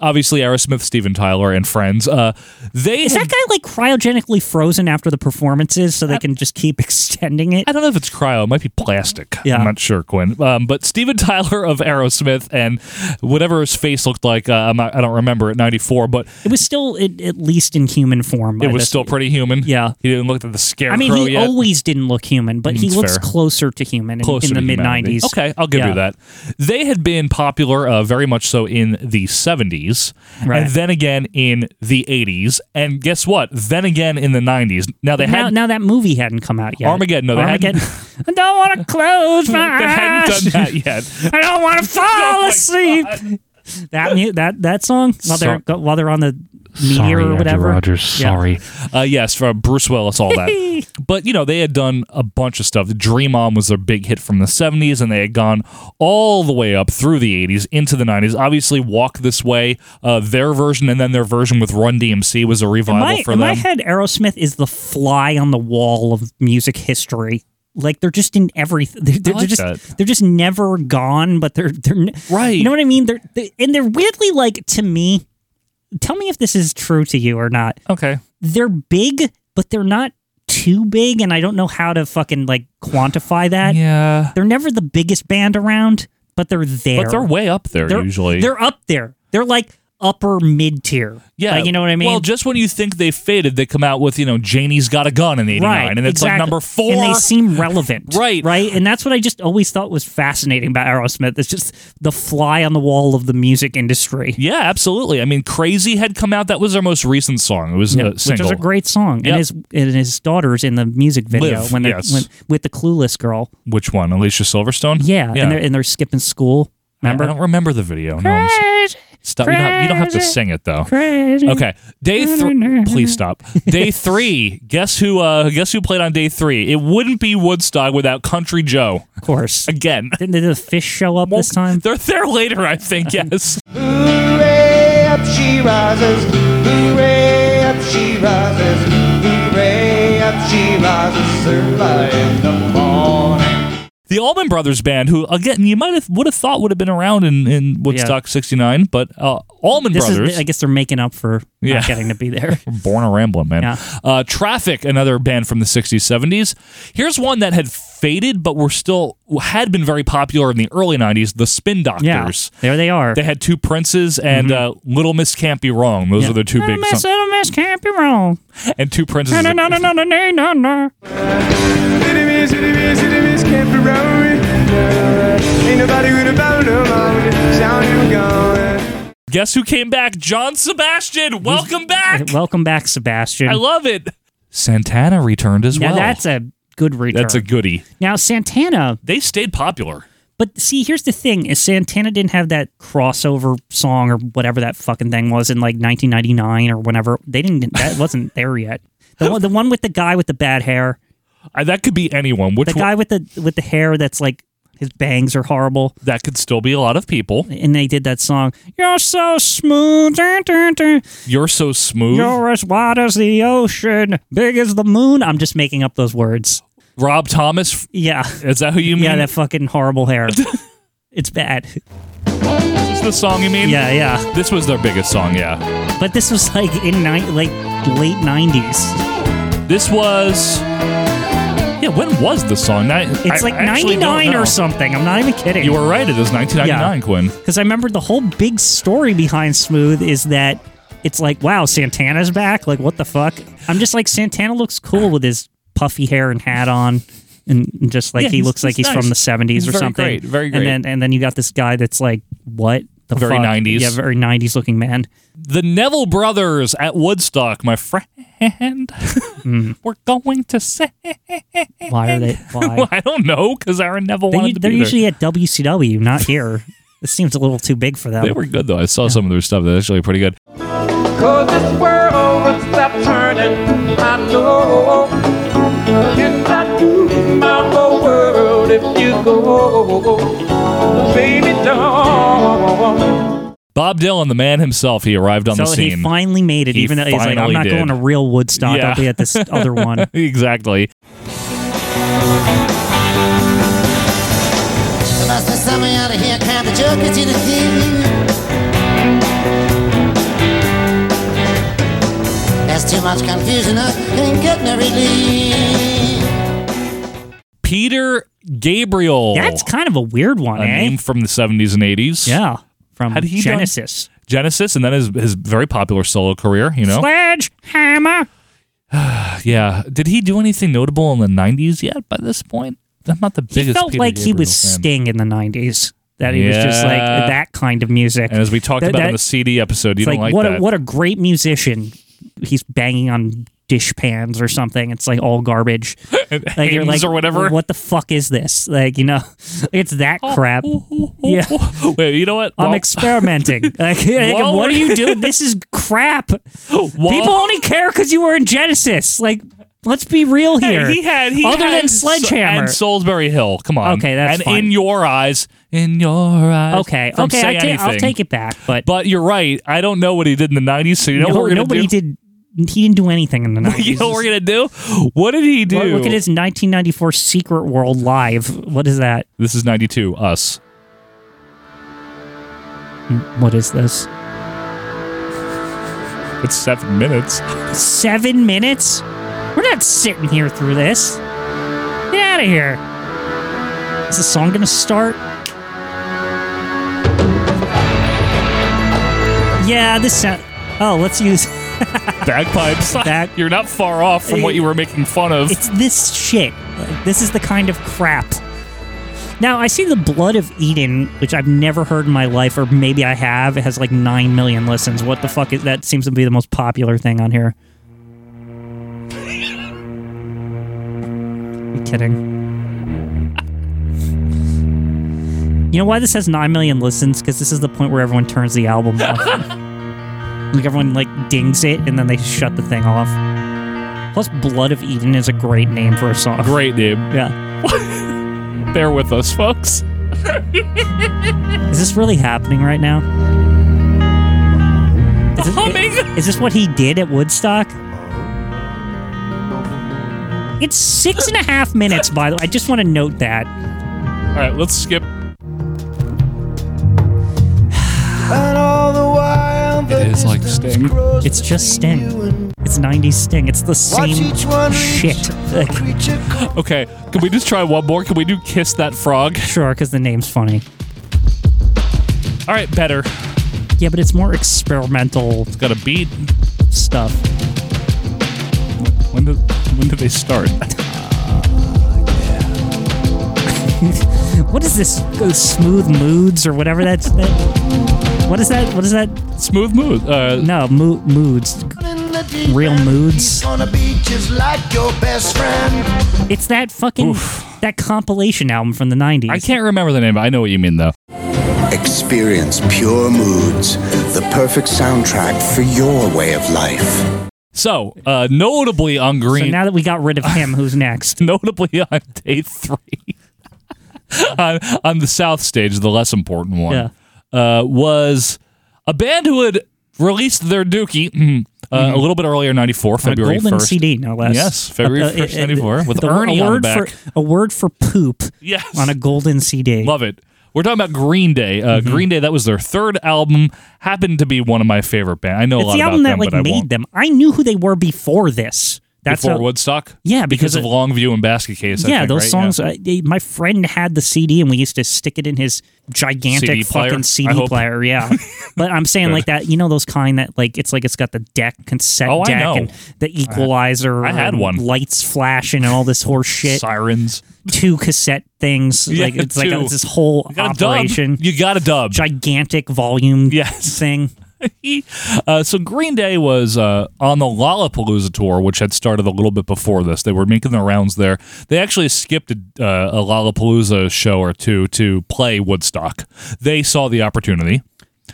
B: Obviously, Aerosmith, Steven Tyler, and friends. Uh, they
C: Is that
B: had-
C: guy like cryogenically frozen after the performances so they can just keep *laughs* extending it?
B: I don't know if it's cryo. It might be plastic.
C: Yeah.
B: I'm not sure, Quinn. Um, but Steven *laughs* Tyler of Aerosmith and whatever his face looked like, uh, I'm not, I don't remember at 94, but
C: It was still at, at least in human form. by
B: it was
C: this-
B: still pretty human.
C: Yeah.
B: He didn't look at the scarecrow
C: I mean, he
B: yet. Mm,
C: always didn't look human, but he
B: It's
C: looks
B: fair.
C: closer to human in- in,
B: Closer to
C: the mid
B: humanity.
C: '90s.
B: Okay, I'll give
C: Yeah.
B: you that. They had been popular uh, very much so in the 70s,
C: Right.
B: and then again in the 80s, and guess what? Then again in the 90s. Now they
C: But now,
B: had
C: now that movie hadn't come out yet.
B: Armageddon. No, they *laughs*
C: Armageddon.
B: hadn't.
C: I don't want to close my
B: they
C: eyes.
B: hadn't done that yet.
C: *laughs* I don't want to
B: *laughs* Oh
C: fall
B: my
C: asleep. That mu- that that song while they're go- while they're on the meteor or whatever. Yeah.
B: Uh, yes, from Bruce Willis, all
C: *laughs*
B: that. but you know, they had done a bunch of stuff. Dream On was their big hit from the '70s, and they had gone all the way up through the '80s into the '90s. Obviously, Walk This Way, uh, their version, and then their version with Run DMC was a
C: In
B: revival
C: my,
B: for
C: in
B: them.
C: my head, Aerosmith is the fly on the wall of music history. Like they're just in everything. *laughs* They're, they're
B: I like
C: just
B: that.
C: they're just never gone, but they're they're n-
B: Right.
C: You know what I mean? They're, they and they're weirdly like to me. Tell me if this is true to you or not.
B: okay.
C: They're big, but they're not too big, and I don't know how to fucking like quantify that.
B: Yeah.
C: They're never the biggest band around, but they're there.
B: But they're way up there
C: They're-
B: usually.
C: They're up there. They're like upper mid tier.
B: yeah,
C: Like, you know what I mean?
B: Well, just when you think they faded, they come out with you know Janie's got a gun in '89,
C: right,
B: and it's
C: exactly.
B: like number four.
C: and they seem relevant,
B: *laughs* Right.
C: Right, and that's what I just always thought was fascinating about Aerosmith. It's just the fly on the wall of the music industry.
B: yeah, absolutely. I mean, Crazy had come out. That was their most recent song. It was
C: Yeah,
B: a
C: which
B: single.
C: is a great song,
B: Yep.
C: and his and his daughter's in the music video
B: Live,
C: when they're
B: yes.
C: when, with the clueless girl.
B: Which one? Alicia Silverstone?
C: Yeah, and they're and they're skipping school. Remember?
B: I don't remember the video. No, I'm so- stop. You don't, have, you don't have to sing it though.
C: Crazy.
B: Okay. Day three. Please stop.
C: *laughs*
B: Day three. Guess who? Uh, guess who played on day three? It wouldn't be Woodstock without Country Joe
C: Of course.
B: again.
C: Didn't the fish show up this time?
B: They're there later, I
C: *laughs*
B: think. Yes.
H: Hooray, up she rises. Hooray, up she rises. Hooray, up she rises. Early in the morning.
B: The Allman Brothers Band, who again you might have would have thought would have been around in, in Woodstock '69, but uh, Allman
C: This is-
B: Brothers.
C: I guess they're making up for not getting to
B: *laughs*
C: be there.
B: Born a rambling man.
C: Yeah.
B: Uh, Traffic, another band from the '60s, '70s. Here's one that had faded, but were still had been very popular in the early '90s. The Spin Doctors.
C: There they are.
B: They had two Princes and uh, Little Miss Can't Be Wrong. Those are the two big songs.
C: Mm-hmm. Little Miss can't be wrong.
B: And two Princes.
C: No, no, no, no, no, no, no, no, no.
F: Enemies, enemies, enemies can't be wrong with none. Ain't nobody gonna bound them on the sound you going.
B: Guess who came back? John Sebastian. Welcome back.
C: Welcome back, Sebastian.
B: I love it. Santana returned as
C: now
B: well.
C: that's a good return.
B: That's a goodie.
C: now Santana.
B: They stayed popular.
C: But see, here's the thing: is Santana didn't have that crossover song or whatever that fucking thing was in like 1999 or whenever. They didn't. That wasn't *laughs* there yet. The one, the one with the guy with the bad hair.
B: Uh, that could be anyone. Which
C: the guy with the with the hair that's like his bangs are horrible.
B: That could still be a lot of people.
C: And they did that song. You're so smooth. dun, dun, dun.
B: You're so smooth.
C: You're as wide as the ocean, big as the moon. I'm just making up those words.
B: Rob Thomas.
C: Yeah.
B: Is that who you mean?
C: Yeah, that fucking
B: *laughs*
C: horrible hair. it's bad.
B: Is this the song you mean?
C: Yeah, yeah.
B: This was their biggest song, yeah.
C: But this was like in ni- like late 90s.
B: This was. Yeah, when was the song? I,
C: It's like 99 or something. I'm not even kidding.
B: You were right. It was 1999, Quinn.
C: Because I remember the whole big story behind Smooth is that it's like, wow, Santana's back. Like, what the fuck? I'm just like, Santana looks cool with his puffy hair and hat on. And and just like
B: Yeah,
C: he
B: he's-
C: looks like
B: he's
C: he's from the
B: nice.
C: 70s or
B: Very
C: something.
B: great, very great.
C: And then, and then you got this guy that's like, what the
B: Very
C: fuck?
B: 90s.
C: Yeah, very 90s looking man.
B: The Neville Brothers at Woodstock, my friend.
C: Mm.
B: *laughs* We're going to say.
C: Why are they? Why?
B: *laughs* I don't know because Aaron Neville
C: They,
B: wanted to
C: they're
B: be there.
C: usually at WCW, not here. *laughs* this seems a little too big for them.
B: They were good though. I saw some of their stuff. That's actually pretty good.
F: Cause Oh, this world will stop turning, I know. If I do my whole world, if you go, baby, don't.
B: Bob Dylan, the man himself, he arrived on
C: so
B: the scene.
C: he finally made it,
B: He
C: even though he's like, I'm
B: finally
C: not
B: did. Oh.
C: going to real Woodstock.
B: Yeah.
C: I'll be
B: *laughs*
C: at this other one.
B: *laughs* exactly.
U: Must have something out of here, kind of joke is in the thing. There's too much confusion, I can get no relief.
B: Peter Gabriel.
C: That's kind of a weird one,
B: a
C: eh?
B: name from the 70s and 80s.
C: Yeah, from
B: Had he done-
C: Genesis.
B: Genesis, and then his his very popular solo career. You know,
C: Sledgehammer.
B: yeah. Did he do anything notable in the 90s yet? By this point, I'm not the biggest.
C: He felt
B: Peter
C: like he
B: Gabriel
C: was
B: fan.
C: Sting in the 90s. That he was just like
B: Yeah.
C: that kind of music.
B: And as we talked
C: That-
B: about
C: that-
B: in the CD episode, you
C: it's
B: don't
C: like,
B: like,
C: what
B: that. *laughs*
C: a what a great musician. He's banging on dish pans or something. It's like all garbage. like you're
B: Hymns
C: like
B: or whatever.
C: What the fuck is this? Like you know, *laughs* it's that crap.
B: *laughs*
C: yeah,
B: Wait, you know what?
C: I'm
B: oh, Well-
C: experimenting. Like, *laughs*
B: While
C: what
B: we're-
C: do you do?
B: *laughs*
C: This is crap. People only care because you were in Genesis. Like, let's be real
B: Hey,
C: here.
B: *laughs* he had he
C: other
B: had
C: than
B: Sol-
C: Sledgehammer.
B: and Salisbury Hill. Come on,
C: Okay, that's
B: and
C: fine.
B: in your eyes, in your eyes.
C: okay,
B: uh, from
C: okay,
B: Say
C: I ta- I'll
B: Anything.
C: take it back. But
B: But you're right. I don't know what he did in the '90s. So you know
C: no-
B: what we're gonna
C: nobody
B: do?
C: did. He didn't do anything in the
B: *laughs*
C: nineties.
B: you know what we're gonna do? What did he do?
C: Look, look at his 1994 Secret World Live. What is that?
B: This is '92. Us.
C: What is this?
B: It's seven
C: *laughs*
B: minutes.
C: Seven minutes? We're not sitting here through this. Get out of here. Is the song gonna start? Yeah, this sound. Oh, let's use.
B: Bagpipes. You're not far off from what you were making fun of.
C: It's this shit. Like, This is the kind of crap. Now, I see The Blood of Eden, which I've never heard in my life, or maybe I have. It has like 9 million listens. What the fuck is that? Seems to be the most popular thing on here. *laughs* I'm kidding. You know why this has 9 million listens? Because this is the point where everyone turns the album off. like everyone like dings it and then they shut the thing off. Plus, Blood of Eden is a great name for a song.
B: Great name.
C: Yeah.
B: Bear with us, folks.
C: Is this really happening right now? Is this, is this what he did at Woodstock? It's six and a half minutes, by the way. I just want to note that.
B: All right, let's skip.
H: And all the while, the
B: It is like Sting.
C: It's just Sting. It's 90s Sting. It's the same shit. Like,
B: okay, can we just try one more? Can we do Kiss That Frog? *laughs*
C: Sure, because the name's funny.
B: All right, better.
C: Yeah, but it's more experimental
B: It's got a beat.
C: stuff.
B: When do when do they start?
C: what is this? uh, Smooth moods or whatever that's. That, what is that? What is that?
B: *laughs* Smooth mood. Uh,
C: No, mo- moods. Real moods.
H: gonna be just like your best friend.
C: It's that fucking that compilation album from the 90s.
B: I can't remember the name. But I know what you mean though.
G: Experience pure moods, the perfect soundtrack for your way of life.
B: So, uh, notably on
C: So
B: green,
C: now that we got rid of him, who's
B: *laughs*
C: next?
B: notably on day three, *laughs* on, on the south stage, the less important one, uh, was a band who had released their dookie *clears throat* uh, a little bit earlier, ninety four,
C: Mm-hmm. On a
B: February
C: golden
B: first.
C: CD, no less.
B: Yes, February
C: Uh, uh,
B: 1st,
C: uh,
B: 94, with
C: the-
B: Ernie
C: a
B: on the
C: word
B: back.
C: For, a word for poop
B: Yes,
C: on a Mm-hmm. golden
B: *laughs*
C: CD.
B: Love it. We're talking about Green Day. Uh, Green Day, that was their third album. Happened to be one of my favorite bands. I know a
C: it's
B: lot
C: the
B: about
C: album that
B: them,
C: like
B: but I
C: made
B: won't.
C: them. I knew who they were before this. That's
B: Before
C: how,
B: Woodstock,
C: Yeah,
B: because,
C: because
B: of
C: it-
B: Longview and Basket Case. I
C: yeah,
B: think,
C: those
B: right?
C: songs.
B: Yeah.
C: I, they, my friend had the CD, and we used to stick it in his gigantic
B: CD player,
C: fucking
B: I
C: CD
B: hope.
C: player.
B: *laughs*
C: Yeah, but I'm saying like that. You know those kind that like it's like it's got the deck cassette
B: Oh, I
C: deck
B: know.
C: and the equalizer.
B: I had
C: and
B: one.
C: Lights flashing and all
B: *laughs*
C: this horse shit.
B: sirens.
C: two cassette things.
B: Yeah,
C: like it's like
B: two.
C: it's this whole
B: You got a
C: operation.
B: dub. You got a dub.
C: Gigantic volume
B: Yes. *laughs*
C: thing.
B: Uh, so Green Day was uh, on the Lollapalooza tour, which had started a little bit before this. They were making the rounds there. They actually skipped a, uh, a Lollapalooza show or two to play Woodstock. They saw the opportunity.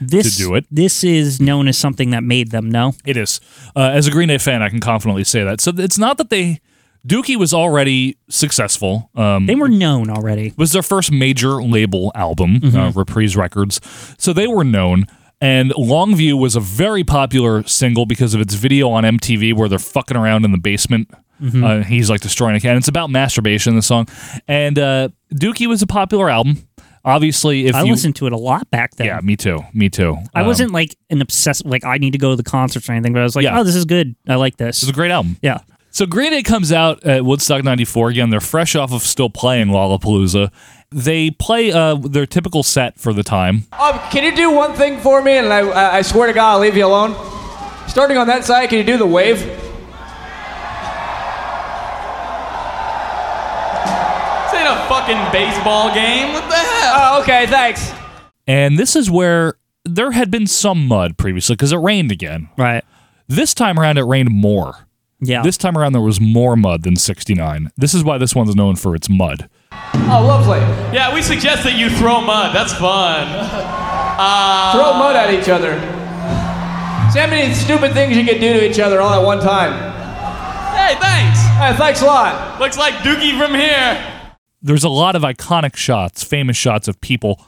C: This
B: do it.
C: This is known as something that made them. No,
B: It is. Uh, as a Green Day fan, I can confidently say that. So it's not that they. Dookie was already successful. Um,
C: they were known already.
B: was their first major label album, uh,
C: Mm-hmm.
B: Reprise Records. So they were known. And Longview was a very popular single because of its video on MTV where they're fucking around in the basement.
C: Mm-hmm.
B: Uh, he's like destroying a cat. And it's about masturbation, the song. And uh, Dookie was a popular album. Obviously, if
C: I
B: you.
C: listened to it a lot back then.
B: yeah, me too. Me too.
C: I
B: Um,
C: wasn't like an obsessed like I need to go to the concerts or anything, but I was like,
B: Yeah.
C: oh, this is good. I like this.
B: This is a great album.
C: yeah.
B: So Green Day comes out at Woodstock '94 again. They're fresh off of still playing Lollapalooza. They play uh, their typical set for the time.
I: Um, can you do one thing for me? And I, I swear to God, I'll leave you alone. Starting on that side, can you do the wave?
Q: This ain't a fucking baseball game. What the hell?
I: Oh, okay, thanks.
B: And this is where there had been some mud previously because it rained again.
C: Right.
B: This time around, it rained more.
C: Yeah.
B: This time around, there was more mud than '69. This is why this one's known for its mud.
I: Oh, lovely.
Q: Yeah, we suggest that you throw mud. That's fun. Uh,
I: Throw mud at each other. See how many stupid things you can do to each other all at one time.
Q: Hey, thanks.
I: Hey, thanks a lot.
Q: Looks like Dookie from here.
B: There's a lot of iconic shots, famous shots of people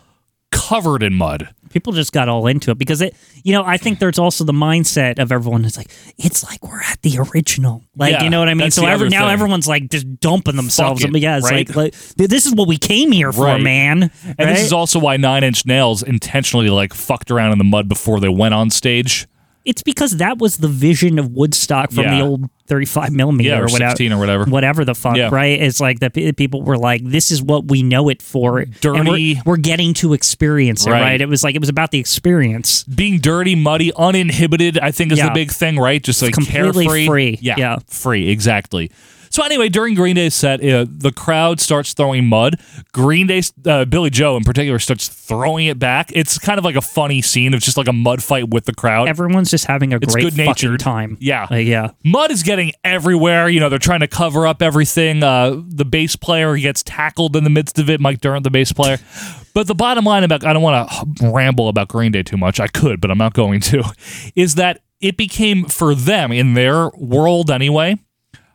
B: covered in mud.
C: People just got all into it because it, you know, I think there's also the mindset of everyone is like, it's like we're at the original, like
B: Yeah,
C: you know what I mean.
B: that's
C: So
B: the
C: every,
B: other
C: now
B: thing.
C: everyone's like just dumping themselves.
B: it,
C: yeah, it's
B: right?
C: like, like th- this is what we came here for,
B: Right.
C: man.
B: And this is also why Nine Inch Nails intentionally like fucked around in the mud before they went on stage.
C: it's because that was the vision of Woodstock from
B: Yeah.
C: the old 35 millimeter
B: Yeah, or
C: or, whatever,
B: 16 or whatever.
C: whatever the fuck,
B: Yeah.
C: right? It's like that pe- people were like, this is what we know it for. and we're-
B: Dirty.
C: we're, getting to experience it,
B: Right.
C: right. It was like it was about the experience.
B: Being dirty, muddy, uninhibited, I think is the
C: Yeah.
B: big thing, right? Just like
C: completely
B: carefree.
C: free.
B: Yeah,
C: Yeah.
B: free, exactly. So anyway, during Green Day's set, uh, the crowd starts throwing mud. Green Day, uh, Billy Joe in particular, starts throwing it back. It's kind of like a funny scene of just like a mud fight with the crowd.
C: Everyone's just having a
B: It's
C: great fucking
B: good-natured.
C: time.
B: Yeah.
C: Like, yeah.
B: Mud is getting everywhere. You know, they're trying to cover up everything. Uh, the bass player he gets tackled in the midst of it. Mike Durant, the bass player. But the bottom line about I don't want to ramble about Green Day too much. I could, but I'm not going to. *laughs* Is that it became for them in their world anyway.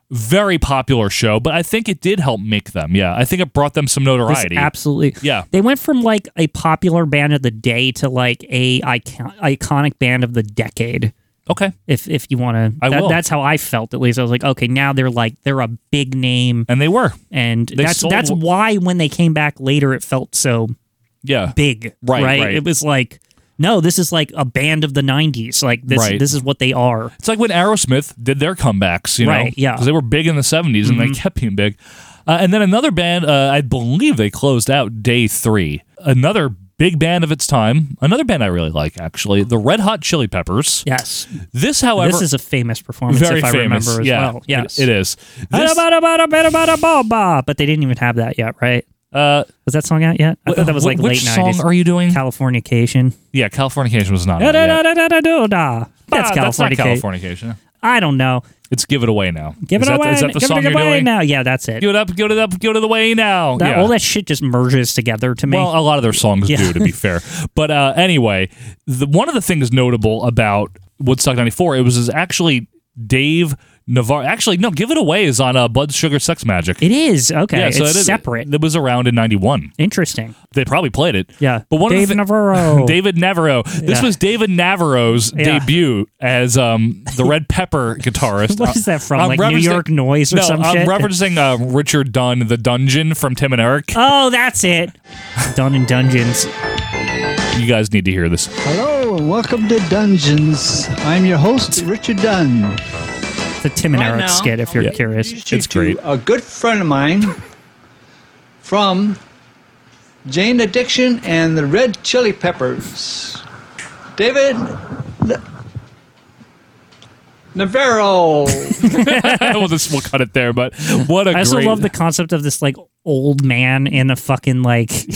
B: Very popular show, but I think it did help make them. Yeah, I think it brought them some
C: This
B: notoriety.
C: absolutely.
B: Yeah.
C: They went from like a popular band of the day to like a icon- iconic band of the decade.
B: Okay.
C: If if you want to,
B: I will.
C: that's how I felt at least. I was like, okay, now they're like they're a big name,
B: and they were,
C: and
B: They
C: that's
B: sold
C: that's
B: wh-
C: why when they came back later, it felt so
B: yeah
C: big,
B: Right, right.
C: It was like, no, this is like a band of the '90s. Like this,
B: Right.
C: this is what they are.
B: It's like when Aerosmith did their comebacks, you know,
C: Right, yeah. Mm-hmm.
B: because they were big in the 70s and they kept being big. Uh, and then another band, uh, I believe they closed out day three. Another big band of its time. Another band I really like, actually, the Red Hot Chili Peppers.
C: Yes.
B: This, however,
C: this is a famous performance,
B: very
C: if I
B: famous.
C: remember as
B: yeah,
C: well.
B: it-
C: Yes,
B: it is. This-
C: Ba-da-ba-da-ba-da-ba-da-ba-da-ba. But they didn't even have that yet, right?
B: Uh,
C: was that song out yet? I thought that was
B: wh-
C: like
B: which
C: late
B: song
C: 90s.
B: are you doing?
C: Californication.
B: yeah, Californication was not. on it yet.
C: Da-da-da-da-da-da-da. That's
B: Ah, That's not
C: California.
B: Californication.
C: I don't know.
B: It's Give It Away Now.
C: Give it
B: Is that the-
C: away.
B: is that the
C: give
B: song
C: it
B: you're
C: away
B: doing?
C: now. Yeah, that's it.
B: Give it up, give it up, give it away now.
C: That-
B: yeah.
C: All that shit just merges together to me.
B: Well, a lot of their songs
C: Yeah.
B: do, to be fair. But uh, anyway, the, one of the things notable about Woodstock '94 it was is actually Dave Navarro. Actually, no, "Give It Away" is on uh, Blood Sugar Sex Magic.
C: It is okay.
B: Yeah, so
C: it's
B: it is-
C: separate.
B: It was around in '91.
C: Interesting.
B: They probably played it.
C: Yeah.
B: But one
C: Dave
B: of the thi-
C: Navarro.
B: *laughs* David Navarro. This
C: Yeah.
B: was David Navarro's
C: Yeah.
B: debut as um, the Red Pepper guitarist.
C: *laughs* What is that from?
B: I'm
C: Like New
B: referencing-
C: York Noise or
B: no,
C: some
B: I'm
C: shit?
B: referencing um, Richard Dunn, the Dungeon from Tim and Eric.
C: Oh, that's it. Done in Dungeons.
B: You guys need to hear this.
E: Hello and welcome to Dungeons. I'm your host, Richard Dunn.
C: The Tim and Eric skit, if you're curious.
E: It's great. A good friend of mine from Jane Addiction and the Red Chili Peppers, David N- Navarro.
B: *laughs* we'll just we'll cut it there. But what a
C: I also
B: great
C: love the concept of this like old man in a fucking like *laughs*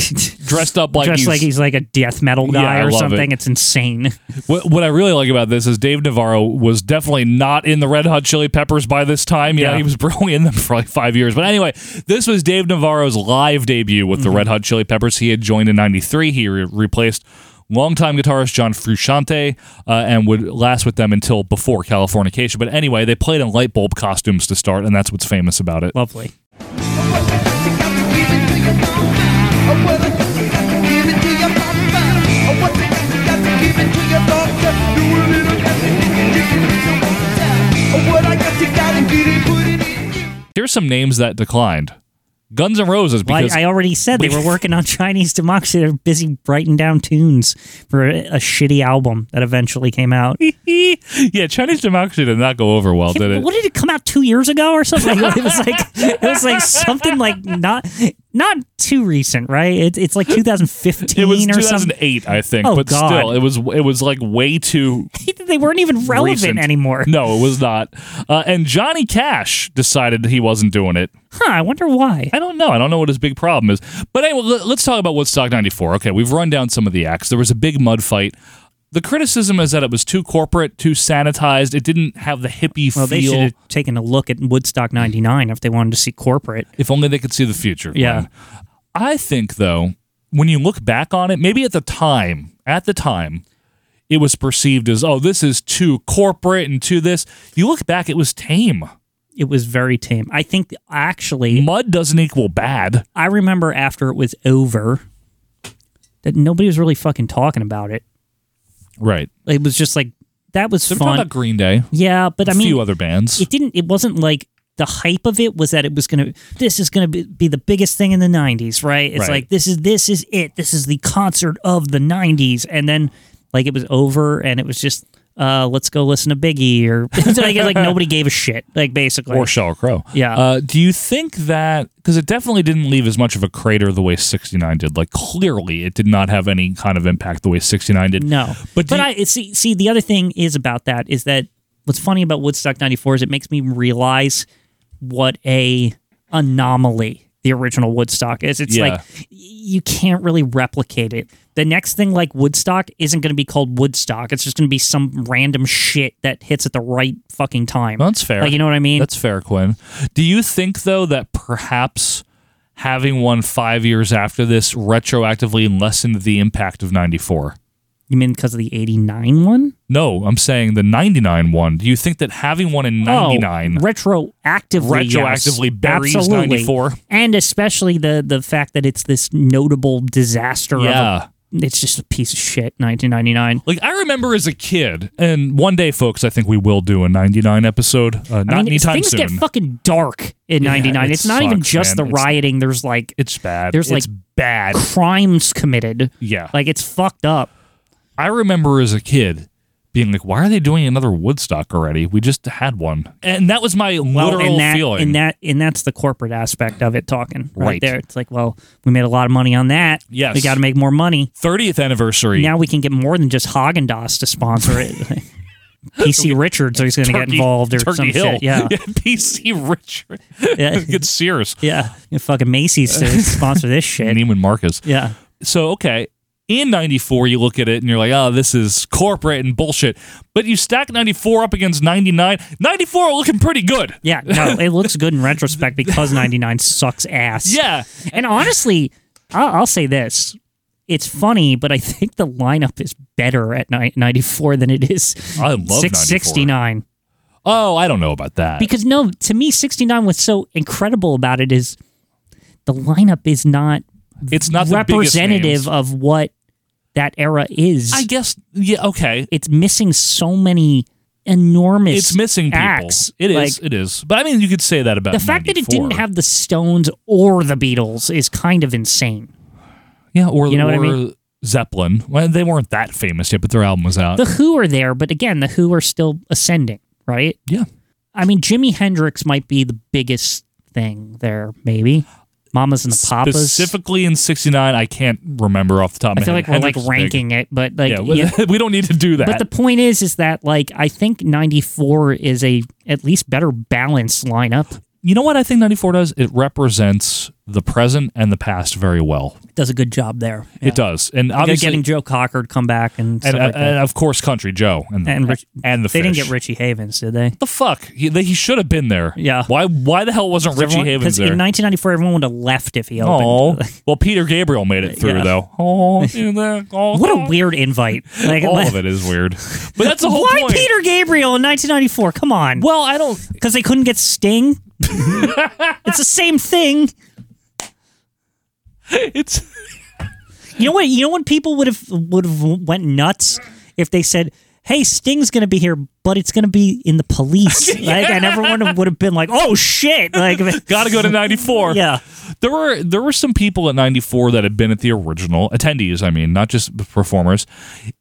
B: dressed up like
C: dressed
B: he's-
C: like he's like a death metal guy
B: Yeah, I
C: or
B: love
C: something.
B: it.
C: It's insane. *laughs*
B: What, what I really like about this is Dave Navarro was definitely not in the Red Hot Chili Peppers by this time. Yeah,
C: Yeah.
B: he was *laughs* probably in them for like five years. But anyway, this was Dave Navarro's live debut with the
C: Mm-hmm.
B: Red Hot Chili Peppers. He had joined in '93. He re- replaced longtime guitarist John Frusciante uh, and would last with them until before Californication. But anyway, they played in light bulb costumes to start, and that's what's famous about it.
C: Lovely.
B: Here's some names that declined: Guns N' Roses.
C: Well,
B: Because
C: I, I already said they
B: we- *laughs*
C: were working on Chinese Democracy. They're busy writing down tunes for a, a shitty album that eventually came out.
B: *laughs* yeah, Chinese Democracy did not go over well, did it?
C: What did it come out two years ago or something? *laughs* Like, it was like it was like something like not not too recent, right? It's it's like 2015
B: It was
C: or something.
B: 2008, I think.
C: Oh,
B: but
C: God.
B: still, it was it was like way too
C: *laughs* They weren't even relevant
B: recent.
C: anymore.
B: No, it was not. Uh, and Johnny Cash decided that he wasn't doing it.
C: Huh? I wonder why.
B: I don't know. I don't know what his big problem is. But anyway, let- let's talk about Woodstock '94. Okay, we've run down some of the acts. There was a big mud fight. The criticism is that it was too corporate, too sanitized. It didn't have the hippie
C: Well, they
B: feel.
C: should have taken a look at Woodstock '99 if they wanted to see corporate.
B: If only they could see the future.
C: Yeah.
B: Glenn. I think though, when you look back on it, maybe at the time, at the time, it was perceived as, oh, this is too corporate and too this. You look back, it was tame.
C: It was very tame. I think actually,
B: mud doesn't equal bad.
C: I remember after it was over that nobody was really fucking talking about it.
B: Right.
C: It was just like that was
B: So we're
C: fun.
B: talking about Green Day.
C: yeah, but I
B: a
C: mean,
B: few other bands.
C: it didn't. It wasn't like the hype of it was that it was gonna. This is gonna be, be the biggest thing in the '90s, right? It's
B: Right.
C: like this is this is it. This is the concert of the '90s, and then like it was over, and it was just. Uh, let's go listen to Biggie, or *laughs* it's like, like nobody gave a shit, like basically.
B: or Sheryl Crow.
C: Yeah.
B: Uh, do you think that because it definitely didn't leave as much of a crater the way '69 did? Like clearly, it did not have any kind of impact the way '69 did.
C: No,
B: But
C: but,
B: do you-
C: I it's- see. See, the other thing is about that is that what's funny about Woodstock '94 is it makes me realize what a anomaly the original Woodstock is. It's
B: Yeah.
C: like y- you can't really replicate it. The next thing like Woodstock isn't going to be called Woodstock. It's just going to be some random shit that hits at the right fucking time.
B: That's fair.
C: Like you know what I mean?
B: That's fair, Quinn. Do you think though that perhaps having one five years after this retroactively lessened the impact of '94?
C: you mean because of the '89 one?
B: No, I'm saying the '99 one. Do you think that having one in '99
C: Oh, retroactively, yes.
B: Retroactively buries
C: Absolutely.
B: 94.
C: and especially the the fact that it's this notable disaster
B: Yeah.
C: of it's just a piece of shit. 1999.
B: Like I remember as a kid, and one day, folks, I think we will do a '99 episode. Uh, not
C: I mean,
B: anytime
C: things
B: soon.
C: get fucking dark in
B: Yeah,
C: '99.
B: it
C: it's not even
B: sucks,
C: just
B: man.
C: the
B: It's-
C: rioting. There's like
B: it's bad.
C: There's like
B: It's bad
C: crimes committed.
B: Yeah.
C: like it's fucked up.
B: I remember as a kid being like, "Why are they doing another Woodstock already? We just had one." And that was my literal
C: and that,
B: feeling.
C: And that and that's the corporate aspect of it talking right,
B: Right.
C: there. It's like, well, we made a lot of money on that.
B: Yes.
C: we got to make more money.
B: 30th anniversary.
C: Now we can get more than just Haagen Dazs to sponsor it. *laughs* PC Richards is going to get
B: Turkey-
C: involved or
B: Turkey
C: some
B: Hill. *laughs*
C: shit. Yeah.
B: PC Richard.
C: Yeah.
B: Get Sears.
C: Yeah. You fucking Macy's
B: *laughs*
C: to sponsor this shit.
B: Neiman Marcus.
C: Yeah.
B: So, okay. In 94, you look at it and you're like, oh, this is corporate and bullshit. But you stack 94 up against 99. 94 looking pretty good.
C: Yeah,
B: *laughs*
C: no, it looks good in retrospect because 99 sucks ass.
B: Yeah.
C: And honestly, I'll, I'll say this. It's funny, but I think the lineup is better at ni- 94 than it is
B: I love
C: 669.
B: Oh, I don't know about that.
C: Because, no, to me, 69 what's so incredible about it is the lineup is not
B: it's not the biggest names.
C: representative of what that era is.
B: I guess, yeah, okay.
C: It's missing so many enormous
B: It's missing people.
C: acts.
B: It is.
C: Like,
B: it is. But I mean, you could say that about
C: the fact that it
B: 94.
C: didn't have the Stones or the Beatles is kind of insane.
B: Yeah, or
C: You know
B: or
C: what I mean?
B: Zeppelin. Well, they weren't that famous yet, but their album was out.
C: The Who are there, but again, the Who are still ascending, right?
B: Yeah.
C: I mean, Jimi Hendrix might be the biggest thing there, maybe. Mamas and the Papas.
B: Specifically in '69, I can't remember off the top. of
C: I
B: my
C: feel
B: head.
C: like we're
B: Hendrix is
C: like
B: big.
C: ranking it, but like
B: yeah, we,
C: yeah.
B: we don't need to do *laughs* that.
C: But the point is, is that like I think '94 is a at least better balanced lineup.
B: you know what I think '94 does? It represents the present and the past very well.
C: Does a good job there. Yeah.
B: It does, and
C: Like,
B: obviously,
C: getting Joe Cocker to come back and stuff
B: and,
C: like that.
B: and of course, Country Joe and the,
C: And
B: and,
C: Rich-
B: the
C: they didn't get
B: Rich.
C: Richie Havens, did they?
B: The fuck, he, they- he should have been there.
C: Yeah.
B: Why? Why the hell wasn't Richie Havens
C: Because
B: there?
C: in 1994, everyone would have left if he
B: Oh,
C: opened. *laughs*
B: well, Peter Gabriel made it through
C: Yeah.
B: though.
C: *laughs* Oh,
B: what
C: what a weird invite!
B: *laughs*
C: Like,
B: All of it is weird, but that's
C: *laughs*
B: the whole
C: Why
B: point.
C: Peter Oh, Gabriel in 1994? Come on.
B: Well,
C: *laughs*
B: I don't
C: because they couldn't get Sting. it's the same thing.
B: *laughs* It's
C: You know what? You know when people would have would have went nuts if they said, "Hey, Sting's going to be here, but it's going to be in
B: *laughs*
C: the police." Like, and everyone would have been like, "Oh shit!" Like,
B: Gotta go to 94.
C: *laughs* Yeah.
B: There were there were some people at 94 that had been at the original attendees, I mean, not just performers.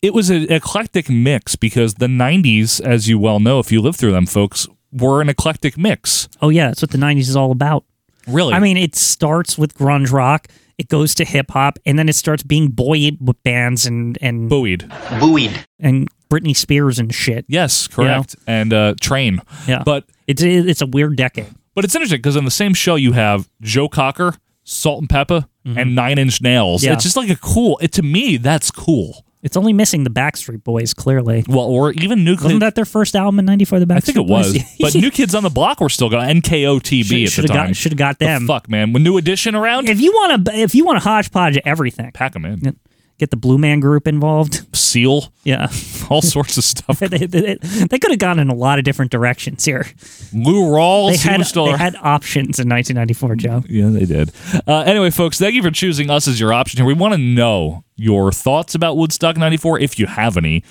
B: It was an eclectic mix because the 90s, as you well know if you lived through them folks, were an eclectic mix.
C: Oh yeah, that's what the '90s is all about.
B: Really?
C: I mean, it starts with grunge rock, it goes to hip hop, and then it starts being buoyed with bands and and
B: buoyed,
C: buoyed, and Britney Spears and shit.
B: Yes, correct. And uh Train.
C: Yeah.
B: But
C: it's it's a weird decade.
B: But it's interesting because on the same show you have Joe Cocker, Salt and Pepper, and 9-inch nails.
C: Yeah.
B: It's just like a cool. It to me that's cool.
C: It's only missing the Backstreet Boys, clearly.
B: Well, or even New
C: Wasn't that their first album in '94? The Backstreet
B: I think it
C: *laughs*
B: was. but New Kids on the Block were still going. NKOTB
C: Should-
B: at the
C: should've got-
B: time.
C: should've got
B: The
C: them.
B: fuck, man. When New Edition around,
C: if you want to, if you want to hodgepodge everything,
B: pack them in.
C: get the Blue Man Group
B: *laughs*
C: involved.
B: Seal.
C: Yeah,
B: all sorts of stuff.
C: they could have gone in a lot of different directions here.
B: Lou Rawls.
C: They
B: he
C: had,
B: was still
C: they
B: around.
C: had options in 1994, Joe.
B: Yeah, they did. Uh, anyway, folks, thank you for choosing us as your option here. We want to know your thoughts about Woodstock 94, if you have any,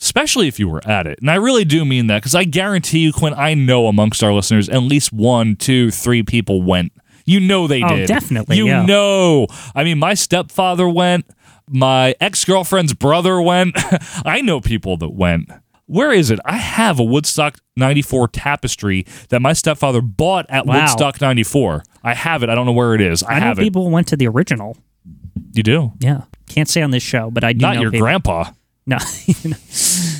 B: especially if you were at it. And I really do mean that because I guarantee you, Quinn, I know amongst our listeners, at least one, two, three people went. You know they
C: Oh,
B: did.
C: definitely,
B: You
C: yeah.
B: know. I mean, my stepfather went. My ex girlfriend's brother went. *laughs* I know people that went. Where is it? I have a Woodstock 94 tapestry that my stepfather bought at
C: Wow.
B: Woodstock 94. I have it. I don't know where it is. I,
C: I, know
B: have it.
C: people went to the original.
B: You do?
C: Yeah, can't say on this show, but I do
B: Not
C: know
B: your
C: people.
B: grandpa.
C: No, *laughs*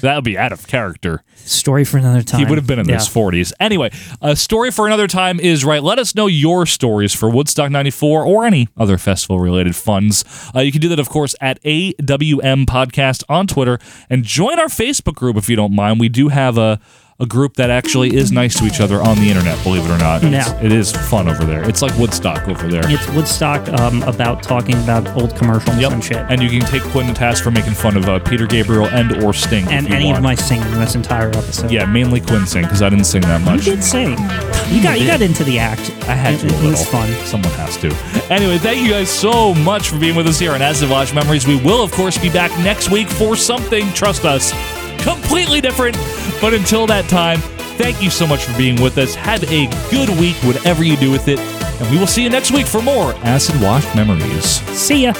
B: That would be out of character.
C: story for another time.
B: He would have been in
C: Yeah.
B: his 40s. Anyway, a story for another time is right. Let us know your stories for Woodstock 94 or any other festival related funds. Uh, you can do that, of course, at AWM Podcast on Twitter and join our Facebook group if you don't mind. We do have a. a group that actually is nice to each other on the internet, believe it or not.
C: Yeah.
B: It's- It is fun over there. It's like Woodstock over there.
C: It's Woodstock um, about talking about old commercials and shit.
B: And you can take Quinn to task for making fun of uh, Peter Gabriel and or Sting. if
C: And
B: you
C: any
B: want.
C: of my singing this entire episode.
B: Yeah, mainly Quinn sing because I didn't sing that
C: You
B: much.
C: did sing. You got you got into the act.
B: I had to.
C: It,
B: a
C: it was
B: little.
C: fun.
B: Someone has to. Anyway, thank you guys so much for being with us here on Acid Wash Memories. We will, of course, be back next week for something, trust us, completely different. But until that time, thank you so much for being with us. Have a good week, whatever you do with it. And we will see you next week for more Acid Wash Memories.
C: See ya.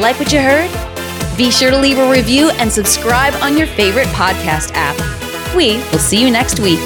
A: Like what you heard? Be sure to leave a review and subscribe on your favorite podcast app. We will see you next week.